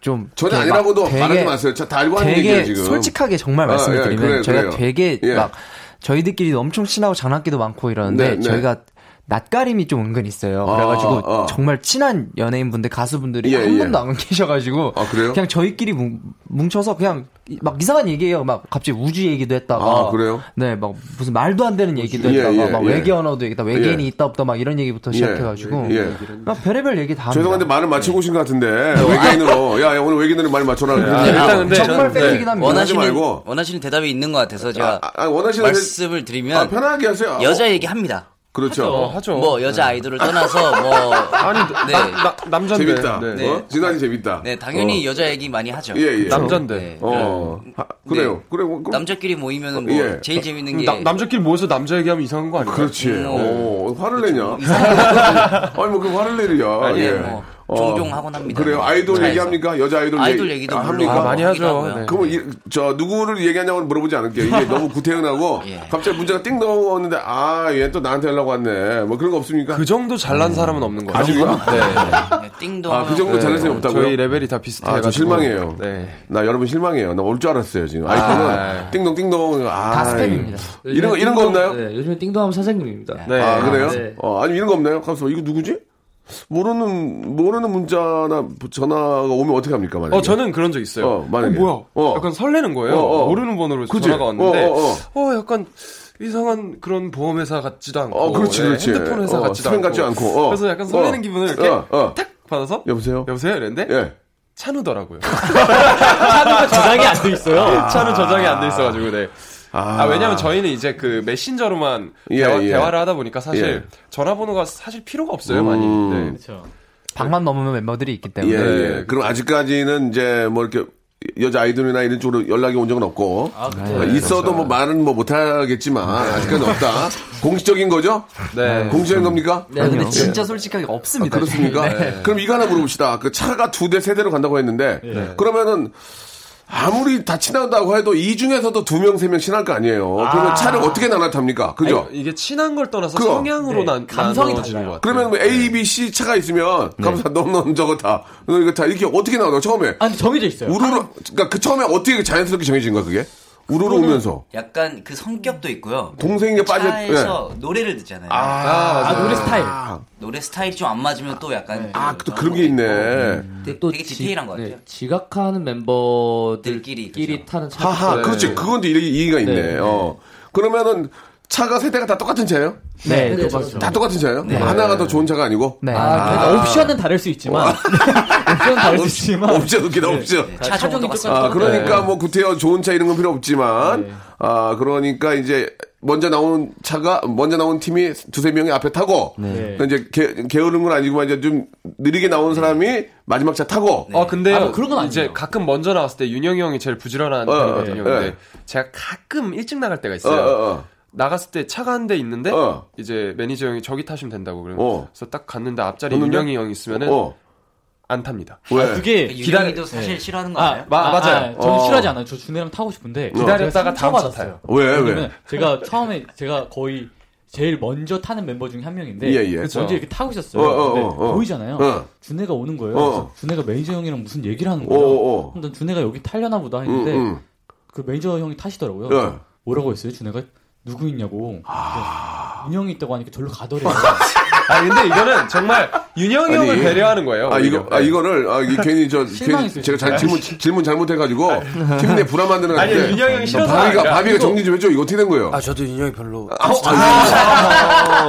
Speaker 6: 좀
Speaker 2: 전혀
Speaker 6: 이렇게
Speaker 2: 아니라고도
Speaker 6: 막 되게-
Speaker 2: 말하지 마세요. 자, 다 알고 하는
Speaker 6: 되게
Speaker 2: 얘기예요, 지금.
Speaker 6: 솔직하게 정말
Speaker 2: 아,
Speaker 6: 말씀을
Speaker 2: 예,
Speaker 6: 드리면
Speaker 2: 그래요,
Speaker 6: 저희가
Speaker 2: 그래요.
Speaker 6: 되게
Speaker 2: 예.
Speaker 6: 막 저희들끼리 엄청 친하고 장난기도 많고 이러는데
Speaker 2: 네, 네.
Speaker 6: 저희가 낯가림이 좀 은근 있어요.
Speaker 2: 아,
Speaker 6: 그래가지고
Speaker 2: 아.
Speaker 6: 정말 친한 연예인분들, 가수분들이
Speaker 2: 예,
Speaker 6: 한
Speaker 2: 예.
Speaker 6: 분도 안 계셔가지고
Speaker 2: 아, 그래요?
Speaker 6: 냥 저희끼리 뭉, 뭉쳐서 그냥 이- 막 이상한 얘기예요. 막 갑자기 우주 얘기도 했다가
Speaker 2: 아, 그래요?
Speaker 6: 네, 막 무슨 말도 안 되는 얘기도
Speaker 2: 우주. 예,
Speaker 6: 했다가
Speaker 2: 예,
Speaker 6: 막
Speaker 2: 예.
Speaker 6: 외계 언어도 얘기다, 외계인이
Speaker 2: 예.
Speaker 6: 있다부터 막 이런 얘기부터 시작해가지고
Speaker 2: 예, 예.
Speaker 6: 막 별의별 얘기 다. 합니다.
Speaker 2: 죄송한데 말을 맞추고 오신 것 같은데 외계인으로 야, 야 오늘 외계인으로 말 맞춰라 아,
Speaker 7: 일단 근데
Speaker 6: 정말 뺏기긴 합니다.
Speaker 2: 원하지
Speaker 9: 원하시는
Speaker 2: 말고.
Speaker 9: 원하시는 대답이 있는 것 같아서
Speaker 2: 아,
Speaker 9: 제가
Speaker 2: 아, 원하시는
Speaker 9: 말씀을 드리면
Speaker 2: 아, 편하게 하세요 아,
Speaker 9: 여자
Speaker 2: 어,
Speaker 9: 얘기 합니다.
Speaker 2: 그렇죠
Speaker 7: 하죠.
Speaker 9: 뭐 여자 아이돌을 떠나서 뭐
Speaker 7: 아니,
Speaker 9: 네.
Speaker 7: 나, 나, 남잔데.
Speaker 2: 재밌다
Speaker 7: 네.
Speaker 9: 네.
Speaker 2: 어? 진환이 재밌다
Speaker 9: 네, 당연히 여자 얘기 많이 하죠.
Speaker 2: 예, 예.
Speaker 7: 남잔데.
Speaker 9: 네.
Speaker 2: 어 하- 그래요
Speaker 9: 네.
Speaker 2: 그래 뭐, 그,
Speaker 9: 남자끼리 모이면은 뭐
Speaker 2: 예.
Speaker 9: 제일 재밌는
Speaker 7: 그럼
Speaker 9: 게
Speaker 7: 나- 남자끼리 모여서 남자 얘기하면 이상한 거 아니에요?
Speaker 2: 그렇지
Speaker 9: 음,
Speaker 2: 어, 화를 내냐 아니 뭐 그 화를 내려
Speaker 9: 아니에요,
Speaker 2: 예.
Speaker 9: 뭐
Speaker 2: 어,
Speaker 9: 종종 하곤 합니다.
Speaker 2: 그래요 아이돌
Speaker 9: 차에서.
Speaker 2: 얘기합니까 여자 아이돌,
Speaker 9: 아이돌 얘기도
Speaker 2: 아,
Speaker 9: 물론
Speaker 2: 합니까
Speaker 7: 아, 많이 하죠.
Speaker 9: 하고요.
Speaker 7: 네.
Speaker 2: 그러면 이, 저 누구를 얘기하냐고 물어보지 않을게요. 이게 너무 구태연하고
Speaker 9: 예.
Speaker 2: 갑자기 문제가 띵 넘어오는데 아 얘 또 나한테 연락 왔네. 뭐 그런 거 없습니까?
Speaker 7: 그
Speaker 9: 음.
Speaker 7: 정도 잘난 사람은 없는 거예요.
Speaker 2: 아니고요?
Speaker 7: 네.
Speaker 9: 네, 띵동.
Speaker 2: 아 그 정도
Speaker 7: 네.
Speaker 2: 잘난 사람이 없다고요?
Speaker 7: 저희 레벨이 다 비슷해요.
Speaker 2: 아, 저 실망해요.
Speaker 7: 네.
Speaker 2: 나 여러분 실망해요. 나 올 줄 알았어요 지금. 아이콘은
Speaker 7: 아.
Speaker 2: 띵동 띵동. 아,
Speaker 6: 다 스팸입니다.
Speaker 2: 이런 거 이런 거 없나요?
Speaker 5: 네, 요즘에 띵동하면 사장님입니다.
Speaker 7: 네.
Speaker 2: 아 그래요?
Speaker 5: 네.
Speaker 2: 어, 아니 이런 거 없나요? 가서 이거 누구지? 모르는 모르는 문자나 전화가 오면 어떻게 합니까 만약에?
Speaker 7: 어, 저는 그런 적 있어요.
Speaker 2: 어, 만약에.
Speaker 7: 뭐야?
Speaker 2: 어.
Speaker 7: 약간 설레는 거예요.
Speaker 2: 어, 어.
Speaker 7: 모르는 번호로
Speaker 2: 그치?
Speaker 7: 전화가 왔는데,
Speaker 2: 어,
Speaker 7: 어,
Speaker 2: 어,
Speaker 7: 약간 이상한 그런 보험회사 같지도 않고,
Speaker 2: 어, 그렇지,
Speaker 7: 예,
Speaker 2: 그렇지.
Speaker 7: 핸드폰 회사
Speaker 2: 어,
Speaker 7: 같지도
Speaker 2: 스팸
Speaker 7: 않고,
Speaker 2: 같지 않고, 어.
Speaker 7: 그래서 약간 설레는
Speaker 2: 어.
Speaker 7: 기분을 이렇게
Speaker 2: 어, 어.
Speaker 7: 탁 받아서
Speaker 2: 여보세요?
Speaker 7: 여보세요, 이랬는데
Speaker 2: 예.
Speaker 7: 찬우더라고요.
Speaker 8: 차도가 저장이 안 돼 있어요.
Speaker 7: [laughs] 차는 저장이 안 돼 있어가지고, 네. 아, 왜냐면 저희는 이제 그 메신저로만
Speaker 2: 예,
Speaker 7: 대화,
Speaker 2: 예.
Speaker 7: 대화를 하다 보니까 사실
Speaker 2: 예.
Speaker 7: 전화번호가 사실 필요가 없어요, 많이.
Speaker 2: 음.
Speaker 7: 네.
Speaker 8: 그렇죠.
Speaker 6: 방만 넘으면 멤버들이 있기 때문에.
Speaker 2: 예,
Speaker 7: 네.
Speaker 2: 예. 그럼 아직까지는 이제 뭐 이렇게 여자 아이돌이나 이런 쪽으로 연락이 온 적은 없고 어, 있어도 뭐 말은 뭐 못하겠지만 아직까지는 없다. 공식적인 거죠?
Speaker 7: 네.
Speaker 2: 공식적인 겁니까?
Speaker 6: 아, 근데
Speaker 5: 네.
Speaker 6: 진짜 솔직하게
Speaker 5: 아,
Speaker 6: 없습니다.
Speaker 2: 그렇습니까? 예. 그럼 이거 하나 물어봅시다. 그 차가 두 대, 세 대로 간다고 했는데 그러면은 아무리 다 친한다고 해도 이 중에서도 두 명, 세 명 친할 거 아니에요. 그러면 차를 어떻게 나눠 탑니까? 그죠?
Speaker 7: 아니, 이게 친한 걸 떠나서
Speaker 2: 그거.
Speaker 7: 성향으로 난,
Speaker 6: 감성이
Speaker 7: 나눠지는 것 같아요.
Speaker 2: 그러면 뭐 A, B, C 차가 있으면 감사 너넌 저거 다. 너 이거 다 이렇게 어떻게 나눠? 처음에
Speaker 8: 아, 근데 정해져 있어요.
Speaker 2: 우르르 그러니까 그 처음에 어떻게 자연스럽게 정해진 거야 그게 우르르 오면서
Speaker 9: 약간 그 성격도 있고요.
Speaker 2: 동생에게 빠져
Speaker 9: 그
Speaker 2: 예.
Speaker 9: 차에서 노래를 듣잖아요.
Speaker 8: 아, 노래 스타일.
Speaker 9: 노래 스타일이 좀 안 맞으면 또 약간
Speaker 2: 아 또 그런 게 있네
Speaker 9: 되게,
Speaker 5: 또
Speaker 9: 되게
Speaker 5: 지-
Speaker 9: 디테일한 것 같아요. 네,
Speaker 5: 네, 지각하는 멤버들끼리
Speaker 9: 들끼리, 그죠.
Speaker 5: 타는 차.
Speaker 2: 하하 그렇지 그건 또 이- 이의가 있네
Speaker 5: 네.
Speaker 2: 어 그러면은 차가 세대가 다 똑같은 차예요
Speaker 5: 네, 네, 맞죠.
Speaker 2: 다 똑같은 차예요 하나가 더 좋은 차가 아니고
Speaker 6: 네.
Speaker 8: 아, 그러니까 옵션은 다를 수 있지만 옵션은 다를 수 있지만
Speaker 2: 아,
Speaker 8: 네.
Speaker 2: 없죠 웃기다 없죠
Speaker 9: 차
Speaker 5: 차종이
Speaker 9: 종도
Speaker 5: 똑같아요.
Speaker 9: 같습니다.
Speaker 2: 아 그러니까 뭐 구태여 좋은 차 이런 건 필요 없지만
Speaker 8: 네.
Speaker 2: 아 그러니까 이제 먼저 나온 차가 먼저 나온 팀이 두세 명이 앞에 타고
Speaker 8: 네.
Speaker 2: 그러니까 이제 게, 게으른 건 아니지만 이제 좀 느리게 나온 사람이 마지막 차 타고
Speaker 7: 아 근데
Speaker 8: 아, 뭐 그런 건
Speaker 7: 이제
Speaker 8: 아니에요.
Speaker 7: 가끔 먼저 나왔을 때 윤영이 형이 제일 부지런한
Speaker 2: 어,
Speaker 7: 편이거든요.
Speaker 2: 예,
Speaker 7: 근데
Speaker 2: 예.
Speaker 7: 제가 가끔 일찍 나갈 때가
Speaker 2: 어,
Speaker 7: 있어요.
Speaker 2: 어,
Speaker 7: 나갔을 때 차가 한 대 있는데
Speaker 2: 어.
Speaker 7: 이제 매니저 형이 저기 타시면 된다고 그래요.
Speaker 2: 어.
Speaker 7: 그래서 딱 갔는데 앞자리
Speaker 2: 갔는데?
Speaker 7: 윤영이 형이
Speaker 2: 어.
Speaker 6: 네.
Speaker 7: 있으면은
Speaker 2: 어.
Speaker 7: 안 탑니다.
Speaker 2: 왜?
Speaker 8: 그게
Speaker 9: 유령이도 사실 싫어하는 거
Speaker 8: 네.
Speaker 9: 아니에요?
Speaker 7: 마- 맞아요.
Speaker 8: 저는
Speaker 2: 어.
Speaker 8: 싫어하지 않아요. 저 준혜랑 타고 싶은데
Speaker 7: 기다렸다가 다음 차 타요.
Speaker 2: 왜, 왜?
Speaker 8: 왜냐면 제가 처음에 제가 거의 제일 먼저 타는 멤버 중에 한 명인데
Speaker 2: 예, 예.
Speaker 8: 먼저
Speaker 7: 그쵸.
Speaker 8: 이렇게 타고 있었어요.
Speaker 2: 어, 어,
Speaker 8: 근데
Speaker 2: 어, 어.
Speaker 8: 보이잖아요.
Speaker 2: 어.
Speaker 8: 준혜가 오는 거예요.
Speaker 2: 어.
Speaker 8: 그래서 준혜가 매니저 형이랑 무슨 얘기를 하는 거예요.
Speaker 2: 어, 어.
Speaker 8: 그럼 난 준혜가 여기 타려나 보다
Speaker 2: 응,
Speaker 8: 했는데
Speaker 2: 응.
Speaker 8: 그 매니저 형이 타시더라고요.
Speaker 2: 예.
Speaker 8: 뭐라고 했어요? 준혜가
Speaker 2: 아.
Speaker 8: 누구 있냐고. 인형이 있다고 하니까 절로 가더래요.
Speaker 7: 아 근데 이거는 정말 윤영이
Speaker 2: 아니,
Speaker 7: 형을 배려하는 거예요.
Speaker 2: 아 이거
Speaker 7: 오히려.
Speaker 2: 아 이거를 아 이게 괜히 저 괜히
Speaker 8: 실망했어요,
Speaker 2: 제가 잘
Speaker 8: 진짜.
Speaker 2: 질문 질문 잘못해가지고 팀 내 불화 만드는
Speaker 7: 아니, 윤영이 형이 싫어서가
Speaker 2: 바비가
Speaker 7: 아니라
Speaker 2: 바비가
Speaker 7: 이거-
Speaker 2: 정리 좀 해줘. 이거 어떻게 된 거예요?
Speaker 10: 아 저도 윤영이 별로.
Speaker 2: 아,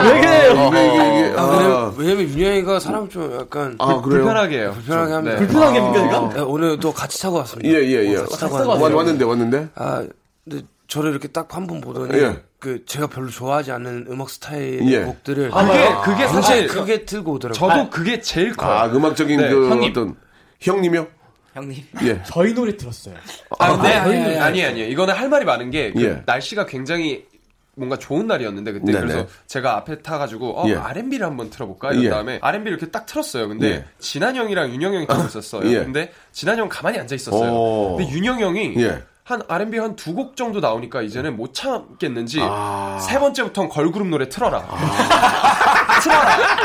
Speaker 2: 왜 그래요? 이게 이게 이게
Speaker 10: 아,
Speaker 2: 아,
Speaker 10: 왜냐면, 왜냐면 윤영이가 사람 좀 약간
Speaker 2: 아 그래요?
Speaker 7: 불편하게 해요.
Speaker 10: 불편하게 합니다.
Speaker 8: 불편하게 합니까
Speaker 10: 네, 오늘 또 같이 타고 왔습니다.
Speaker 2: 예 예 예.
Speaker 10: 오늘 같이 타고
Speaker 2: 왔-
Speaker 10: 왔는데
Speaker 2: 왔는데 왔는데.
Speaker 10: 아 근데 저를 이렇게 딱 한 번 보더니
Speaker 2: 예.
Speaker 10: 그 제가 별로 좋아하지 않는 음악 스타일의
Speaker 2: 예.
Speaker 10: 곡들을
Speaker 7: 아, 그게 그게
Speaker 10: 굉장히
Speaker 7: 사실
Speaker 10: 크게 틀고 오더라고요.
Speaker 7: 저도 아, 그게 제일 커요.
Speaker 2: 아 음악적인
Speaker 7: 네,
Speaker 2: 그
Speaker 7: 형님.
Speaker 2: 어떤 형님이요?
Speaker 9: 형님.
Speaker 2: 예.
Speaker 8: 저희 노래 들었어요.
Speaker 7: 아, 근데
Speaker 10: 아,
Speaker 7: 아니,
Speaker 10: 예, 예.
Speaker 7: 아니, 아니, 아니. 이거는 할 말이 많은 게, 그
Speaker 2: 예.
Speaker 7: 날씨가 굉장히 뭔가 좋은 날이었는데, 그때.
Speaker 2: 네네.
Speaker 7: 그래서 제가 앞에 타가지고, 어,
Speaker 2: 예.
Speaker 7: R&B를 한번 틀어볼까? 이런
Speaker 2: 예.
Speaker 7: 다음에, R&B를 이렇게 딱 틀었어요. 근데,
Speaker 2: 예.
Speaker 7: 진한 형이랑 윤영 형이 타고
Speaker 2: [laughs]
Speaker 7: 있었어요.
Speaker 2: 예.
Speaker 7: 근데, 진한 형 가만히 앉아 있었어요.
Speaker 2: 오.
Speaker 7: 근데 윤영 형이,
Speaker 2: 예.
Speaker 7: 한 R&B 한 두 곡 정도 나오니까 이제는 못 참겠는지
Speaker 2: 아.
Speaker 7: 세 번째부터는 걸그룹 노래 틀어라.
Speaker 2: 아.
Speaker 7: [laughs]
Speaker 2: [laughs] 아.
Speaker 7: 틀어라.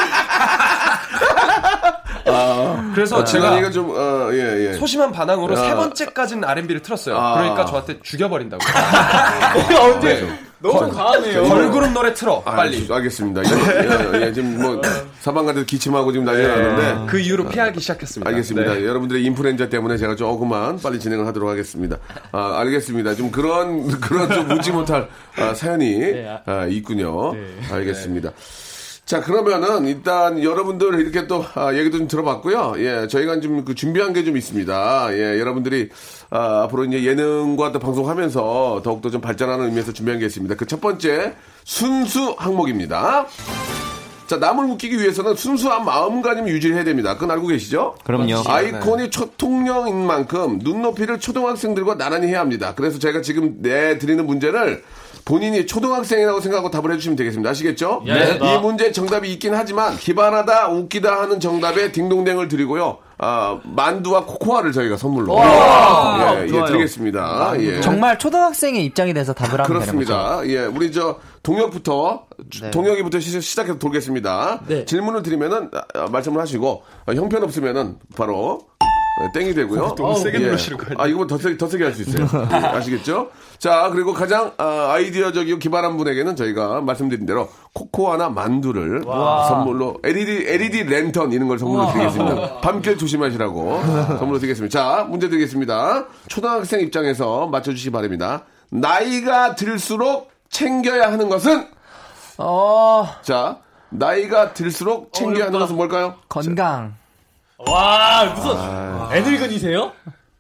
Speaker 7: 그래서 제가
Speaker 2: 제가 좀 아, 예, 예.
Speaker 7: 소심한 반항으로
Speaker 2: 아.
Speaker 7: 세 번째까지는 R&B를 틀었어요.
Speaker 2: 아.
Speaker 7: 그러니까
Speaker 2: [laughs]
Speaker 7: 저한테 죽여버린다고.
Speaker 8: 언제
Speaker 2: 예.
Speaker 7: 네.
Speaker 8: 너무 과하네요.
Speaker 7: 걸그룹 노래 틀어
Speaker 2: 아,
Speaker 7: 빨리. 아.
Speaker 2: 주- 알겠습니다. 예, 예, 예, 지금 뭐 사방 가도 기침하고 지금 난리 나는데
Speaker 7: 그 이후로 피하기 시작했습니다.
Speaker 2: 아, 네. 알겠습니다.
Speaker 7: 네.
Speaker 2: 여러분들의 인플루엔자 때문에 제가 조금만 빨리 진행을 하도록 하겠습니다. 아, 알겠습니다. 좀 그런, [laughs] 그런 좀 묻지 못할 아, 사연이
Speaker 7: 네.
Speaker 8: 아.
Speaker 2: 아, 있군요.
Speaker 8: 네.
Speaker 2: 알겠습니다. 자, 그러면은 일단 여러분들 이렇게 또 아, 얘기도 좀 들어봤고요. 예, 저희가 좀그 준비한 게 좀 있습니다. 예, 여러분들이 아, 앞으로 이제 예능과 또 방송하면서 더욱더 좀 발전하는 의미에서 준비한 게 있습니다. 그 첫 번째 순수 항목입니다. 자, 남을 웃기기 위해서는 순수한 마음가짐 유지해야 됩니다. 그건 알고 계시죠?
Speaker 6: 그럼요. 네.
Speaker 2: 아이콘이 초통령인 만큼 눈높이를 초등학생들과 나란히 해야 합니다. 그래서 제가 지금 내드리는 문제를 본인이 초등학생이라고 생각하고 답을 해주시면 되겠습니다. 아시겠죠?
Speaker 7: 예.
Speaker 8: 네.
Speaker 2: 이 문제의 정답이 있긴 하지만 기발하다, 웃기다 하는 정답에 딩동댕을 드리고요. 아, 만두와 코코아를 저희가 선물로 예, 예, 드리겠습니다. 예.
Speaker 6: 정말 초등학생의 입장이 돼서 답을 하면 되는 거죠.
Speaker 2: 아,
Speaker 6: 네.
Speaker 2: 그렇습니다. 예, 우리 저 동혁부터 주- 동혁이부터 시, 시작해서 돌겠습니다.
Speaker 5: 네.
Speaker 2: 질문을 드리면은 아, 아, 말씀을 하시고 형편 없으면은 바로 네, 땡이 되고요.
Speaker 7: 아, 너무 세게 누르시는 거 아니에요?
Speaker 2: 아, 이거보다 더 세게, 더 세게 할 수 있어요. [laughs] 예, 아시겠죠? 자, 그리고 가장 아, 아이디어적이고 기발한 분에게는 저희가 말씀드린 대로 코코아나 만두를 선물로 LED, LED 랜턴 이런 걸 선물로
Speaker 6: [laughs]
Speaker 2: 드리겠습니다. 밤길 조심하시라고 선물로 드리겠습니다. 자, 문제 드리겠습니다. 초등학생 입장에서 맞춰주시기 바랍니다. 나이가 들수록 챙겨야 하는 것은?
Speaker 6: 어,
Speaker 2: 자, 나이가 들수록 챙겨야 하는 것은 뭘까요?
Speaker 6: 건강.
Speaker 8: 와 무슨 애늙은이세요?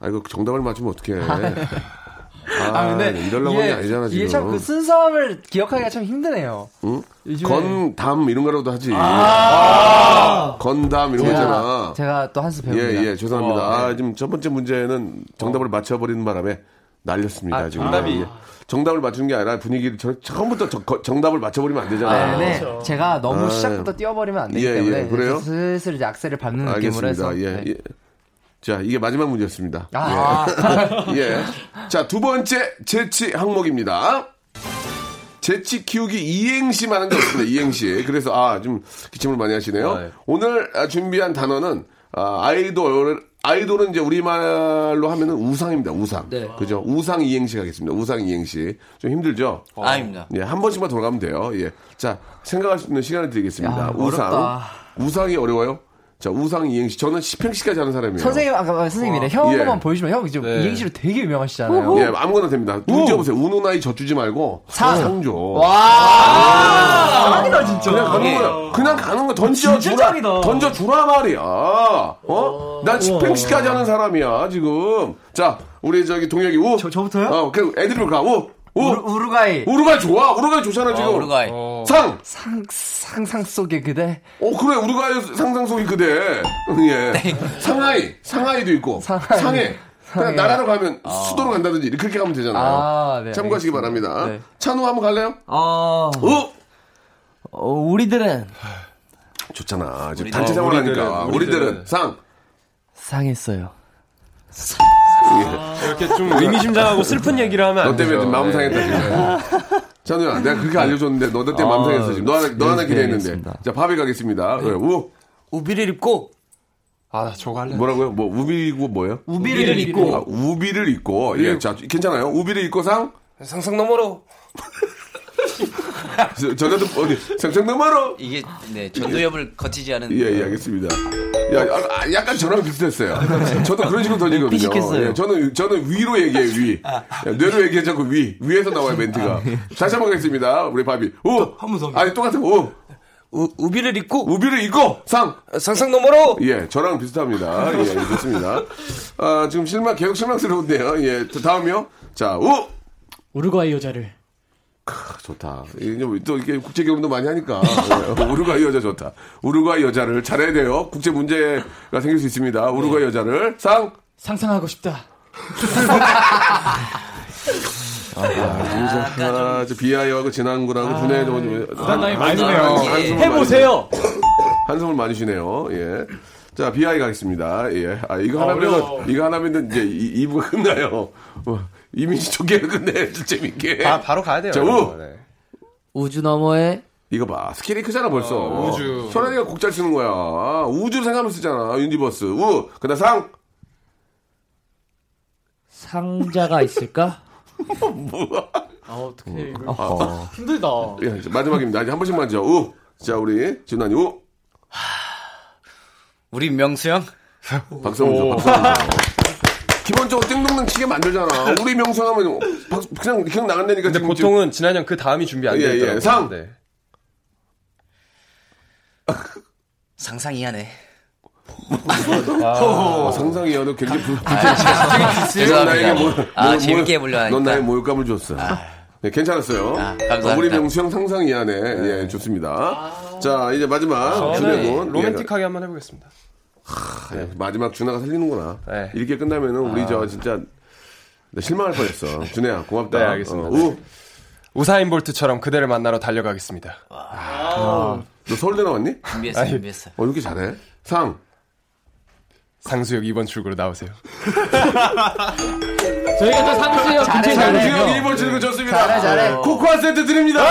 Speaker 2: 아, 이거 정답을 맞추면
Speaker 6: [laughs]
Speaker 2: 어떡해. 아, 이럴라고
Speaker 6: 이게-
Speaker 2: 하는 게 아니잖아, 지금.
Speaker 6: 이게 참 그 순수함을 기억하기가 참 힘드네요.
Speaker 2: 건담 이런 거라도 하지. 건담 이런 거 있잖아.
Speaker 6: 아. 제가, 제가 또 한수 배웁니다. 어,
Speaker 2: 예, 예, 죄송합니다. 아, 지금 첫 번째 문제는 정답을 맞춰버리는 바람에 날렸습니다,
Speaker 6: 아,
Speaker 2: 지금.
Speaker 7: 정답이-
Speaker 2: 예. 정답을 맞춘 게 아니라 분위기를 저- 처음부터 저- 거- 정답을 맞춰버리면 안 되잖아요. 그렇죠. 아,
Speaker 6: 네, 네. 제가 너무 시작부터 뛰어버리면 안 되기
Speaker 2: 예, 예,
Speaker 6: 때문에
Speaker 2: 그래요?
Speaker 6: 슬슬 이제 악셀을 밟는 느낌으로 해서
Speaker 2: 알겠습니다. 예,
Speaker 6: 네.
Speaker 2: 예. 자, 이게 마지막 문제였습니다.
Speaker 6: 아,
Speaker 2: [laughs] 예. 자, 두 번째 재치 항목입니다. 재치 키우기 이행시 많은 게 없습니다. 이행시. 그래서 아, 좀 기침을 많이 하시네요.
Speaker 7: 아, 예.
Speaker 2: 오늘 아, 준비한 단어는 아, 아이돌 아이돌은 이제 우리말로 하면은 우상입니다. 우상.
Speaker 5: 네.
Speaker 2: 그죠? 우상 이행시 가겠습니다. 우상 이행시. 좀 힘들죠?
Speaker 9: 아닙니다.
Speaker 2: 예, 한 번씩만 돌아가면 돼요. 예. 자, 생각할 수 있는 시간을 드리겠습니다.
Speaker 6: 야,
Speaker 2: 우상.
Speaker 6: 어렵다.
Speaker 2: 우상이 어려워요? 자, 우상 이행시. 저는 10행시까지 하는 사람이에요.
Speaker 6: 선생님 아까 선생님이래. 형
Speaker 2: 예.
Speaker 6: 한 번만 보여주면 형 지금
Speaker 7: 네.
Speaker 6: 이행시로 되게 유명하시잖아요.
Speaker 2: 예, 아무거나 됩니다. 문제 보세요. 우는 아이 젖주지 말고
Speaker 6: 상.
Speaker 2: 상조.
Speaker 6: 아니다 진짜.
Speaker 2: 그냥 가는 거야. 그냥 가는 거 던져 주라. 던져 주라 말이야. 어? 난 스팽스까지 하는 사람이야 지금. 자, 우리 저기 동혁이 우. 저
Speaker 6: 저부터요?
Speaker 2: 어, 그냥 애드립 가. 우. 우.
Speaker 6: 우루, 가이
Speaker 2: 우루가 좋아. 우루가 좋잖아 지금.
Speaker 9: 어, 우루과이.
Speaker 2: 상.
Speaker 6: 상, 상상 속의 그대.
Speaker 2: 어 그래 우루가의 상상 속이 그대. 예. 상하이. 상하이도 있고.
Speaker 6: 상하이.
Speaker 2: 상해. 그냥
Speaker 6: 상해.
Speaker 2: 나라로 가면 수도로 간다든지 그렇게 가면 되잖아요.
Speaker 6: 아, 네,
Speaker 2: 참고하시기
Speaker 6: 알겠습니다.
Speaker 2: 바랍니다.
Speaker 6: 네.
Speaker 2: 찬우 한번 갈래요?
Speaker 6: 어,
Speaker 2: 우.
Speaker 6: 우리들은
Speaker 2: 좋잖아. 지금
Speaker 9: 우리들은-
Speaker 2: 단체 생활하니까.
Speaker 7: 우리들은- 우리들은-
Speaker 2: 우리들은 상.
Speaker 6: 상했어요.
Speaker 7: 이렇게 좀
Speaker 2: 네.
Speaker 7: 의미심장하고 슬픈 얘기를 하면
Speaker 2: 예. 너
Speaker 7: 안
Speaker 2: 때문에
Speaker 7: 되죠.
Speaker 2: 지금 마음 상했다 지금. 찬우야, 내가 그렇게 알려줬는데 너 때문에 마음 상했어 지금. 너 하나, 너 하나
Speaker 6: 네. 아, 네,
Speaker 2: 기대했는데.
Speaker 6: 알겠습니다.
Speaker 2: 자, 밥이 가겠습니다. 네. 우
Speaker 10: 우비를 입고
Speaker 7: 아, 저거 할래.
Speaker 2: 뭐라고요? 뭐 우비고 뭐예요?
Speaker 6: 우비를
Speaker 2: 아, 네, 우비를 입고. 예, 자, 괜찮아요. 우비를 입고 상.
Speaker 10: 상상 너머로
Speaker 2: 전라도 어디 생생동마로
Speaker 9: 이게 네 전두엽을 거치지 않은
Speaker 2: 예, 예, 알겠습니다. 야, 아, 아, 약간 저랑 비슷했어요. 저도 그런 식으로 던지거든요.
Speaker 6: 삐식했어요.
Speaker 2: 예, 저는 저는 위로 얘기해 위.
Speaker 10: 아.
Speaker 2: 예, 뇌로 얘기하지 않고 위 위에서 나와요 멘트가.
Speaker 10: 예.
Speaker 2: 다시 한번 가겠습니다. 우리 바비. 우.
Speaker 10: 한번 더.
Speaker 2: 아니 똑같은 거. 우.
Speaker 10: 우, 우비를 입고
Speaker 2: 우비를 이고 상.
Speaker 10: 상상 너머로
Speaker 2: 예, 저랑 비슷합니다. 예, 좋습니다. 아, 지금 실망 계속 실망스러운데요. 예, 또 다음이요. 자, 우.
Speaker 8: 우루과이 여자를
Speaker 2: 크, 좋다. 이게 뭐 또 이게 국제 경험도 많이 하니까 예, 우루과이 여자 좋다. 우루과이 여자를 잘해야 돼요. 국제 문제가 생길 수 있습니다. 우루과이
Speaker 8: 네.
Speaker 2: 여자를 상.
Speaker 8: 상상하고 싶다.
Speaker 2: 아, 저 비하여하고 지난 거라고 분해도
Speaker 8: 부담감이 많이 드네요.
Speaker 2: 아, 한숨을
Speaker 8: 아. 예. 해보세요.
Speaker 2: 많이, 한숨을 많이 쉬네요. 예. 자, 비하이 가겠습니다. 예. 아, 이거
Speaker 8: 어려워.
Speaker 2: 하나면, 이거 하나면 이제 2부가 끝나요. 어, 이미지 좋게 끝내. 재밌게.
Speaker 7: 아, 바로 가야 돼요.
Speaker 2: 네. 자,
Speaker 7: 이런
Speaker 2: 우!
Speaker 7: 거, 네.
Speaker 5: 우주 너머에
Speaker 2: 이거 봐. 스케일이 크잖아, 벌써.
Speaker 7: 어, 우주.
Speaker 2: 소란이가 곡 잘 쓰는 거야. 아, 우주 생각하면 쓰잖아. 유니버스. 우. 그 다음 상.
Speaker 5: 상자가 있을까? [laughs]
Speaker 8: 아 어떻게 이거 힘들다.
Speaker 2: 예, 이제 마지막입니다. 이제 한 번씩만 하죠. 우. 자, 우리 진환이 우.
Speaker 9: 우리 명수 형
Speaker 2: 박성훈 줘, 박성훈 줘. 기본적으로 띵동댕 치게 만들잖아. 우리 명성하면 박, 그냥 그냥 나간다니까
Speaker 7: 근데
Speaker 2: 지금
Speaker 7: 보통은 지난 년 그 다음이 준비 안
Speaker 2: 예, 예.
Speaker 7: 되더라고요.
Speaker 2: 상!
Speaker 7: 네.
Speaker 9: 상상 이하네.
Speaker 7: 아.
Speaker 2: 어, 상상이어도 굉장히 불. 뭐,
Speaker 9: 죄송합니다. 아, 재밌게 해보려 하니까.
Speaker 2: 넌 나의 모욕감을 줬어. 네, 괜찮았어요.
Speaker 9: 아, 감사합니다. 네.
Speaker 2: 우리 명수형 상상이 안에 예, 좋습니다. 자, 이제 마지막 준혜군
Speaker 7: 로맨틱하게 한번 해보겠습니다.
Speaker 2: 예, 마지막 준하가 살리는구나.
Speaker 7: 네.
Speaker 2: 이렇게 끝나면은 우리 저 진짜 나 실망할 뻔했어. 준혜야, 고맙다.
Speaker 7: 네, 알겠습니다.
Speaker 2: 어, 우,
Speaker 7: 우사인 볼트처럼 그대를 만나러 달려가겠습니다.
Speaker 2: 너 서울대 나왔니? 어,
Speaker 9: 준비했어 준비했어.
Speaker 2: 이렇게 잘해? 상.
Speaker 7: 상수역 2번 출구로 나오세요.
Speaker 5: 저희가 또 상수형 근처에
Speaker 2: 상수형
Speaker 7: 어.
Speaker 2: 1번 출구 좋습니다. 코코아 세트 드립니다.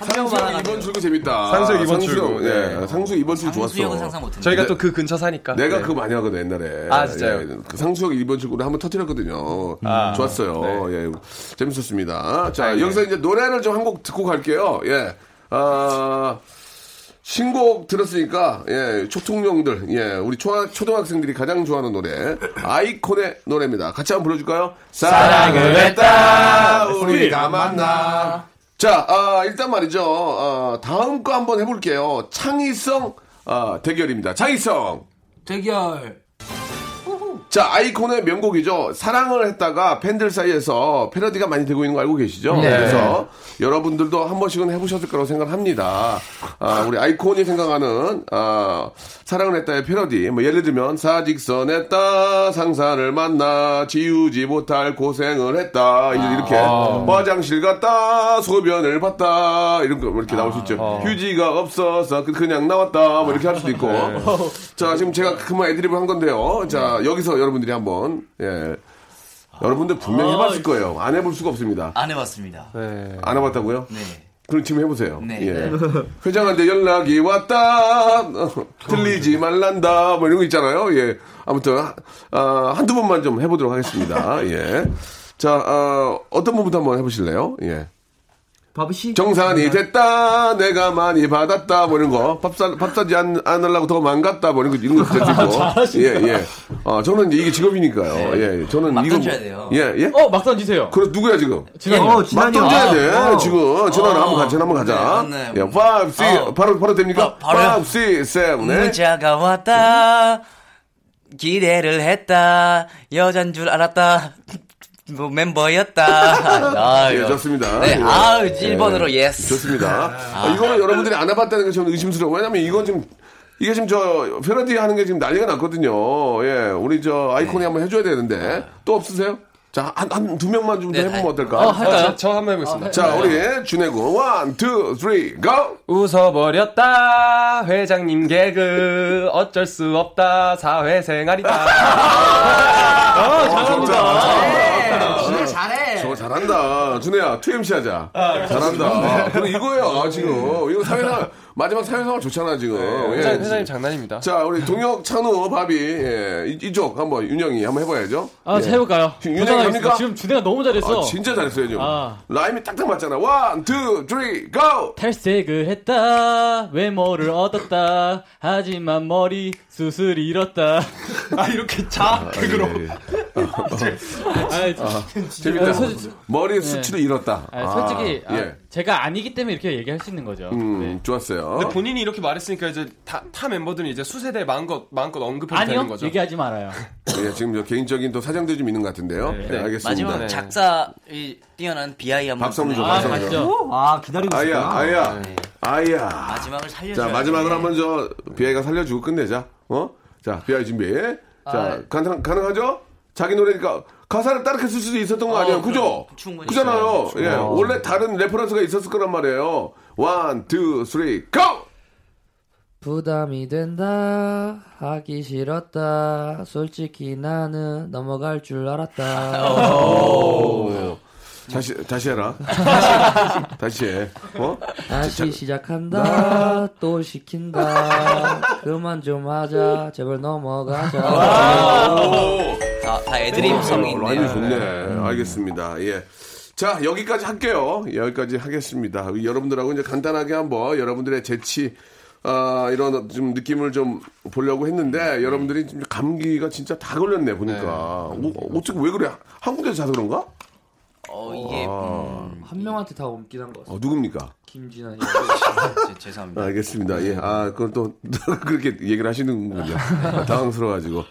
Speaker 2: 상수형 2번 출구 재밌다.
Speaker 7: 네. 상수형
Speaker 2: 상수형,
Speaker 7: 이번 출구. 네.
Speaker 2: 예, 상수 2번 출구 좋았어.
Speaker 9: 수형은 상상 못했는데.
Speaker 7: 저희가 또 그 근처 사니까.
Speaker 2: 네. 내가
Speaker 7: 네.
Speaker 2: 그거 많이 하거든 옛날에.
Speaker 7: 아, 진짜요? 아.
Speaker 2: 그 상수형 1번 출구를 한번 터뜨렸거든요. 좋았어요.
Speaker 7: 네.
Speaker 2: 예, 재밌었습니다. 자 여기서 이제 노래를 좀 한 곡 듣고 갈게요. 예. 아 신곡 들었으니까 예 초통령들 예 우리 초, 초등학생들이 가장 좋아하는 노래 아이콘의 노래입니다. 같이 한번 불러줄까요? 사랑을 했다 우리가 만나. 자 아, 일단 말이죠. 어, 다음 거 한번 해볼게요. 창의성 아, 대결입니다. 창의성.
Speaker 10: 대결
Speaker 2: 자, 아이콘의 명곡이죠. 사랑을 했다가 팬들 사이에서 패러디가 많이 되고 있는 거 알고 계시죠? 그래서 여러분들도 한 번씩은 해보셨을 거라고 생각합니다. 아, 우리 아이콘이 생각하는, 아, 사랑을 했다의 패러디. 뭐, 예를 들면, 사직선 했다, 상사를 만나, 지우지 못할 고생을 했다. 이제 이렇게, 화장실 갔다, 소변을 봤다. 이런 거, 이렇게 나올 수 있죠. 휴지가 없어서 그- 그냥 나왔다. 뭐, 이렇게 할 수도 있고. 자, 지금 제가 그만 애드립을 한 건데요. 자, 여기서 여러분들이 한번, 예. 여러분들 분명히 해봤을 거예요. 안 해볼 수가 없습니다.
Speaker 9: 안 해봤습니다.
Speaker 2: 네. 안 해봤다고요?
Speaker 9: 네.
Speaker 2: 그럼 지금 해보세요.
Speaker 9: 네.
Speaker 2: 예. 회장한테 연락이 왔다. [laughs] 어, 들리지 말란다. 뭐 이런 거 있잖아요. 예. 아무튼, 아, 한두 번만 좀 해보도록
Speaker 9: [laughs]
Speaker 2: 하겠습니다. 예. 자, 어, 떤 분부터 한번 해보실래요? 예.
Speaker 5: 바브씨
Speaker 9: 네.
Speaker 2: 정산이 됐다. 내가 많이 받았다. 뭐 이런 거. 밥, 사, 밥 사지 않, 않으려고 더 망갔다. 뭐 이런 거, 이런 거
Speaker 9: [laughs]
Speaker 2: 진짜 있고. 예, 예. 어, 저는 이제 이게 직업이니까요. 예. 저는
Speaker 9: 막
Speaker 2: 이거.
Speaker 9: 던져야 네. 돼요.
Speaker 2: 예, 예.
Speaker 8: 어, 막 던지세요.
Speaker 2: 그럼 누구야, 지금?
Speaker 8: 어, 지금
Speaker 2: 막 던져야 돼 지금 전화 한번 가자 한번 가자
Speaker 9: 아, 네, 맞네.
Speaker 2: 예, 5, 6
Speaker 9: 어.
Speaker 2: 바로 바로 됩니까?
Speaker 9: 바- 바로요?
Speaker 2: 5, 6, 7 네.
Speaker 9: 문자가 왔다. 기대를 했다. 여잔 줄 알았다. 뭐
Speaker 2: [laughs]
Speaker 9: 멤버였다.
Speaker 2: 예,
Speaker 9: 아유.
Speaker 2: 좋습니다
Speaker 9: 네,
Speaker 2: 예.
Speaker 9: 아유,
Speaker 2: 예,
Speaker 9: 1번으로 예스.
Speaker 2: 좋습니다 아, 이거는 여러분들이 안 해봤다는 게 저는 의심스러워요 왜냐면 이건 지금 이게 지금 저 패러디 하는 게 지금 난리가 났거든요 예 우리 저 아이콘이
Speaker 9: 네.
Speaker 2: 한번 해줘야 되는데 또 없으세요? 자한두 명만 좀
Speaker 9: 네,
Speaker 2: 해보면
Speaker 9: 다-
Speaker 2: 어떨까?
Speaker 7: 할까요? 어, 저, 저 한번 해보겠습니다.
Speaker 2: 자 우리 준혜군 1, 2, 3 go
Speaker 7: 웃어버렸다 회장님 개그 어쩔 수 없다 사회생활이다
Speaker 2: 아, 잘한다.
Speaker 9: 진짜 잘해.
Speaker 2: 저거 잘한다. 잘한다. 준혜야, 2MC 하자. 잘한다. 그럼 이거예요, 아, 지금. 이거 사회상, 마지막 사회상활 좋잖아, 지금.
Speaker 7: 어,
Speaker 2: 예.
Speaker 7: 회장, 회장님 장난입니다.
Speaker 2: 자, 우리 동혁, 찬우, 바비, 예, 이- 이쪽 한번 윤영이 한번 해봐야죠.
Speaker 8: 아,
Speaker 2: 예.
Speaker 8: 잘 해볼까요?
Speaker 2: 윤영이
Speaker 8: 도전하겠습니다.
Speaker 2: 합니까?
Speaker 8: 지금 준혜가 너무 잘했어.
Speaker 2: 아, 진짜 잘했어요, 지금.
Speaker 8: 아.
Speaker 2: 라임이 딱딱 맞잖아. 원, 투, 쓰리, 고!
Speaker 8: 탈색을 했다 외모를 얻었다 하지만 머리 수술 잃었다 아 이렇게 자
Speaker 2: 그로 예, 재밌다. 머리 수치를 잃었다.
Speaker 8: 솔직히
Speaker 2: 아,
Speaker 8: 아,
Speaker 2: 예.
Speaker 8: 제가 아니기 때문에 이렇게 얘기할 수 있는 거죠
Speaker 2: 음, 좋았어요.
Speaker 7: 근데 본인이 이렇게 말했으니까 이제 다, 타 멤버들은 이제 수세대 마음껏 마음껏 언급해도
Speaker 8: 아니요
Speaker 7: 되는 거죠.
Speaker 8: 얘기하지 말아요
Speaker 2: 예, 지금 저 개인적인 또 사정도 좀 있는 것 같은데요. 네, 알겠습니다.
Speaker 9: 마지막 작사 이 뛰어난 비아이 한번
Speaker 2: 박수 한번 줘,
Speaker 9: 보내주세요.
Speaker 2: 박수 한번 줘.
Speaker 6: 아 기다리고
Speaker 2: 아야, 아야, 아야.
Speaker 9: 마지막을 살려줘야
Speaker 2: 자, 마지막으로 한번 저 비아이가 살려주고 끝내자. 어? 자, 비아이 예. 준비. 자, 가능, 가능하죠? 자기 노래니까 가사를 따르게 쓸 수도 있었던 거 아니야, 그죠?
Speaker 9: 어, 충분히
Speaker 2: 그잖아요. 예, 원래 다른 레퍼런스가 있었을 거란 말이에요. 원, 투, 쓰리, 고!
Speaker 5: 부담이 된다 하기 싫었다 솔직히 나는 넘어갈 줄 알았다
Speaker 2: 다시 다시 해라. [laughs] 다시 해. 어?
Speaker 5: 다시 시작한다 또 시킨다 그만 좀 하자 제발 넘어가자
Speaker 9: 다, 다 애드립 성이
Speaker 2: 어, 라인이
Speaker 9: 있네요.
Speaker 2: 좋네. 알겠습니다. 예. 자 여기까지 할게요. 여기까지 하겠습니다. 여러분들하고 이제 간단하게 한번 여러분들의 재치 아, 이런 좀 느낌을 좀 보려고 했는데 여러분들이 좀 감기가 진짜 다 걸렸네 보니까. 어, 어떻게 왜 그래? 한국에서 자서 그런가?
Speaker 9: 어 이게 음,
Speaker 5: 한 명한테 다 옮기는 것 같아
Speaker 2: 어, 누굽니까?
Speaker 5: 김진아
Speaker 9: 제- 죄송합니다.
Speaker 2: 알겠습니다. 예. 아, 그건 또 [laughs] 그렇게 얘기를 하시는군요. 아, 당황스러워가지고.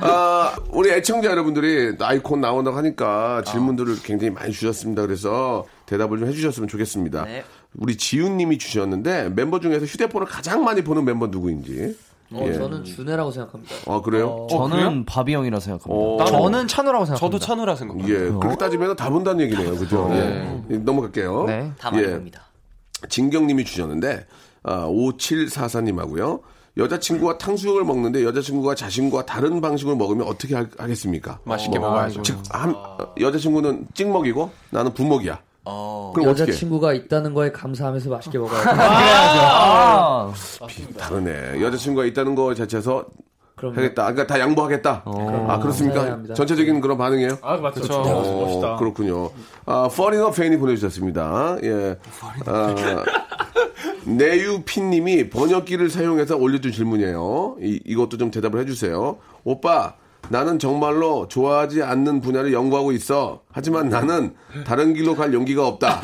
Speaker 2: 아, 우리 애청자 여러분들이 아이콘 나온다고 하니까 질문들을 굉장히 많이 주셨습니다. 그래서 대답을 좀 해주셨으면 좋겠습니다.
Speaker 9: 네.
Speaker 2: 우리 지훈님이 주셨는데 멤버 중에서 휴대폰을 가장 많이 보는 멤버 누구인지.
Speaker 5: 어, 저는 준혜라고 생각합니다
Speaker 2: 아, 그래요?
Speaker 6: 저는 바비 형이라 생각합니다.
Speaker 2: 어,
Speaker 10: 저는 찬우라고
Speaker 7: 저도
Speaker 10: 생각합니다.
Speaker 7: 찬우라 생각합니다.
Speaker 2: 예. 그렇게 따지면 다 본다는 얘기네요. 그죠? 예. 넘어갈게요.
Speaker 6: 네.
Speaker 9: 다 많이
Speaker 2: 예.
Speaker 9: 봅니다.
Speaker 2: 진경님이 주셨는데 아, 5744님하고요. 여자친구와 탕수육을 먹는데 여자친구가 자신과 다른 방식을 먹으면 어떻게 하, 겠습니까
Speaker 7: 맛있게 먹어야죠.
Speaker 2: 즉, 한- 여자친구는 찍먹이고 나는 부먹이야.
Speaker 9: 어,
Speaker 2: 그럼 어떻게 해?
Speaker 5: 여자친구가 있다는 거에 감사하면서 맛있게 먹어야 돼
Speaker 6: 아,
Speaker 2: 다르네. 여자친구가 있다는 거 자체에서
Speaker 5: 그럼
Speaker 2: 하겠다. 그러니까 다 양보하겠다. 아
Speaker 5: 어. 감사해야
Speaker 2: 그렇습니까?
Speaker 5: 합니다.
Speaker 2: 전체적인 그런 반응이에요.
Speaker 8: 아 맞죠
Speaker 2: 어, 그렇군요. 아, 퍼리너 페인이 보내주셨습니다. 예. 아, 내유피님이 번역기를 사용해서 올려준 질문이에요. 이, 이것도 좀 대답을 해주세요. 오빠, 나는 정말로 좋아하지 않는 분야를 연구하고 있어. 하지만 나는 다른 길로 갈 용기가 없다.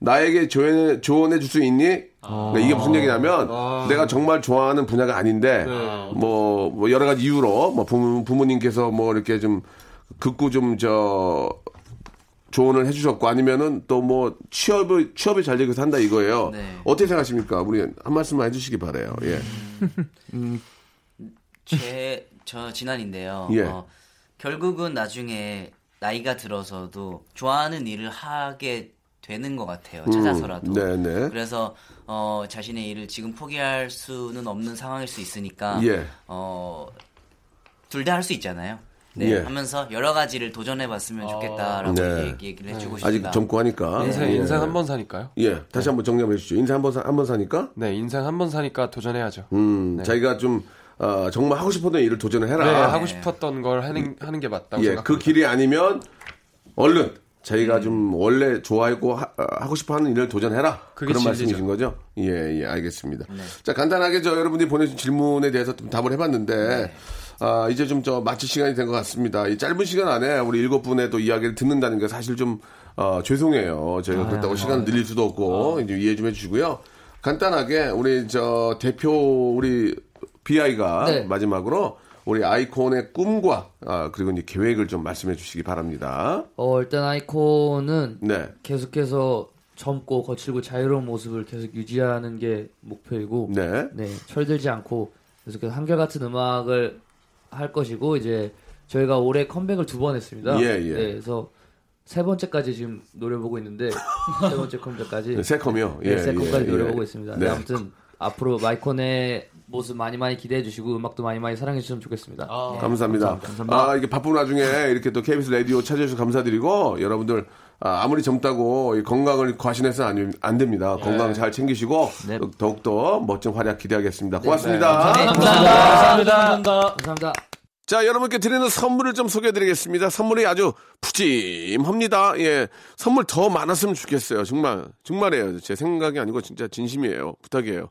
Speaker 2: 나에게 조언해, 줄 수 있니? 그러니까 이게 무슨 얘기냐면 내가 정말 좋아하는 분야가 아닌데 뭐, 뭐 여러 가지 이유로 뭐 부모, 부모님께서 뭐 이렇게 좀 극구 좀저 조언을 해주셨고 아니면은 또 뭐 취업을 취업이 잘 되고 산다 이거예요.
Speaker 9: 네.
Speaker 2: 어떻게 생각하십니까? 우리 한 말씀만 해주시기 바래요. 예.
Speaker 9: 제저 진한인데요.
Speaker 2: 예.
Speaker 9: 어, 결국은 나중에 나이가 들어서도 좋아하는 일을 하게 되는 것 같아요. 음, 찾아서라도.
Speaker 2: 음, 네네.
Speaker 9: 그래서 어, 자신의 일을 지금 포기할 수는 없는 상황일 수 있으니까
Speaker 2: 예.
Speaker 9: 어, 둘 다 할 수 있잖아요. 네,
Speaker 2: 예.
Speaker 9: 하면서 여러 가지를 도전해봤으면 좋겠다라고
Speaker 2: 네.
Speaker 9: 얘기- 얘기를 해주고 싶다.
Speaker 2: 아직 젊고 하니까.
Speaker 7: 인생
Speaker 2: 예.
Speaker 7: 네, 인생 한 번 사니까요.
Speaker 2: 예. 다시 한번 정리 한번 해주시죠. 인생 한번 사- 한번 사니까.
Speaker 7: 네, 인생 한 번 사니까 도전해야죠.
Speaker 2: 음, 자기가 좀 어, 정말 하고 싶었던 일을 도전을 해라.
Speaker 7: 네, 하고 싶었던 걸 하는 하는 게 네, 맞다고
Speaker 2: 예.
Speaker 7: 생각합니다.
Speaker 2: 그 길이 아니면 얼른
Speaker 7: 음.
Speaker 2: 자기가 좀 원래 좋아했고 하, 고 싶어하는 일을 도전해라.
Speaker 7: 그게
Speaker 2: 그런
Speaker 7: 진리죠. 네.
Speaker 2: 말씀이신 거죠? 예, 예, 알겠습니다. 자, 간단하게 저 여러분들이 보내주신 질문에 대해서 좀 답을 해봤는데,
Speaker 7: 네.
Speaker 2: 아, 이제 좀 저 마칠 시간이 된 것 같습니다. 이 짧은 시간 안에 우리 일곱 분의 또 이야기를 듣는다는 게 사실 좀, 어, 죄송해요. 저희가
Speaker 7: 아,
Speaker 2: 그렇다고
Speaker 7: 네.
Speaker 2: 시간 을 늘릴 수도 없고, 이제 이해 좀 해주시고요. 간단하게 우리 저 대표 우리 BI가
Speaker 5: 네.
Speaker 2: 마지막으로 우리 아이콘의 꿈과 아, 그리고 이제 계획을 좀 말씀해 주시기 바랍니다.
Speaker 5: 어 일단 아이콘은
Speaker 2: 네.
Speaker 5: 계속해서 젊고 거칠고 자유로운 모습을 계속 유지하는 게 목표이고 네,
Speaker 2: 네.
Speaker 5: 철들지 않고 계속해서 한결같은 음악을 할 것이고 이제 저희가 올해 컴백을 두 번 했습니다.
Speaker 2: 예, 예.
Speaker 5: 네, 그래서 세 번째까지 지금 노려보고 있는데 세 번째 컴백까지
Speaker 2: 세컴이요. 예,
Speaker 10: 예,
Speaker 5: 네, 세컨까지 노려보고 있습니다. 네,
Speaker 2: 네.
Speaker 5: 아무튼 앞으로 마이콘의 모습 많이 많이 기대해 주시고 음악도 많이 많이 사랑해 주시면 좋겠습니다.
Speaker 10: 아.
Speaker 2: 아, 감사합니다. 아, 이게 바쁜 와중에 이렇게 또 KBS 라디오 찾아주셔서 감사드리고, 여러분들, 아, 아무리 젊다고 이 건강을 과신해서는 안, 안
Speaker 5: 네.
Speaker 2: 됩니다. 건강 잘 챙기시고 더욱더 멋진 활약
Speaker 5: 네.
Speaker 2: 기대하겠습니다. 고맙습니다.
Speaker 5: 감사합니다. 감사합니다.
Speaker 2: 자, 여러분께 드리는 선물을 좀 소개해 드리겠습니다. 선물이 아주 푸짐합니다. 예. 선물 더 많았으면 좋겠어요. 정말, 정말이에요. 제 생각이 아니고 진짜 진심이에요. 부탁이에요.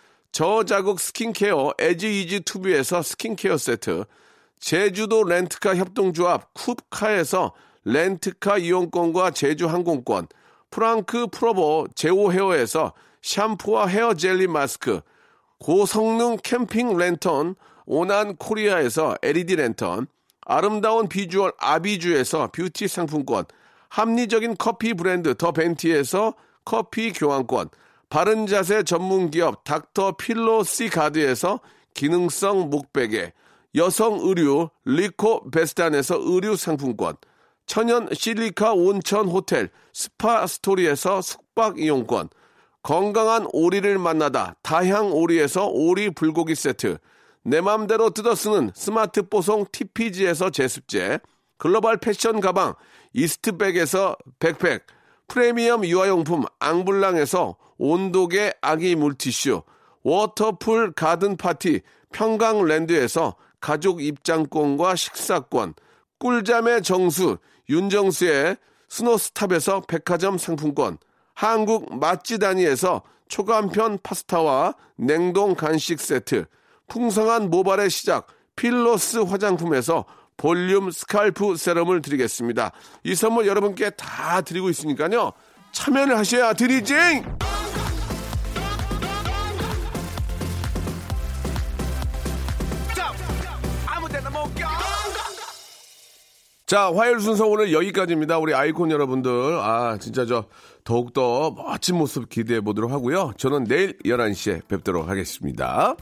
Speaker 2: 저자극 스킨케어 에지이지 투비에서 스킨케어 세트, 제주도 렌트카 협동조합 쿱카에서 렌트카 이용권과 제주 항공권, 프랑크 프로보 제오 헤어에서 샴푸와 헤어 젤리 마스크, 고성능 캠핑 랜턴 오난 코리아에서 LED 랜턴 아름다운 비주얼 아비주에서 뷰티 상품권 합리적인 커피 브랜드 더 벤티에서 커피 교환권 바른 자세 전문 기업 닥터 필로 시 가드에서 기능성 목베개 여성 의류 리코 베스탄에서 의류 상품권 천연 실리카 온천 호텔 스파 스토리에서 숙박 이용권 건강한 오리를 만나다 다향 오리에서 오리 불고기 세트 내 맘대로 뜯어 쓰는 스마트 뽀송 TPG에서 제습제 글로벌 패션 가방 이스트백에서 백팩 프리미엄 유아용품 앙블랑에서 온도계 아기 물티슈 워터풀 가든 파티 평강랜드에서 가족 입장권과 식사권 꿀잠의 정수 윤정수의 스노스탑에서 백화점 상품권 한국 맛지다니에서 초간편 파스타와 냉동 간식 세트, 풍성한 모발의 시작 필로스 화장품에서 볼륨 스칼프 세럼을 드리겠습니다. 이 선물 여러분께 다 드리고 있으니까요. 참여를 하셔야 드리징! 자, 화요일 순서 오늘 여기까지입니다. 우리 아이콘 여러분들. 아, 진짜 저 더욱더 멋진 모습 기대해 보도록 하고요. 저는 내일 11시에 뵙도록 하겠습니다.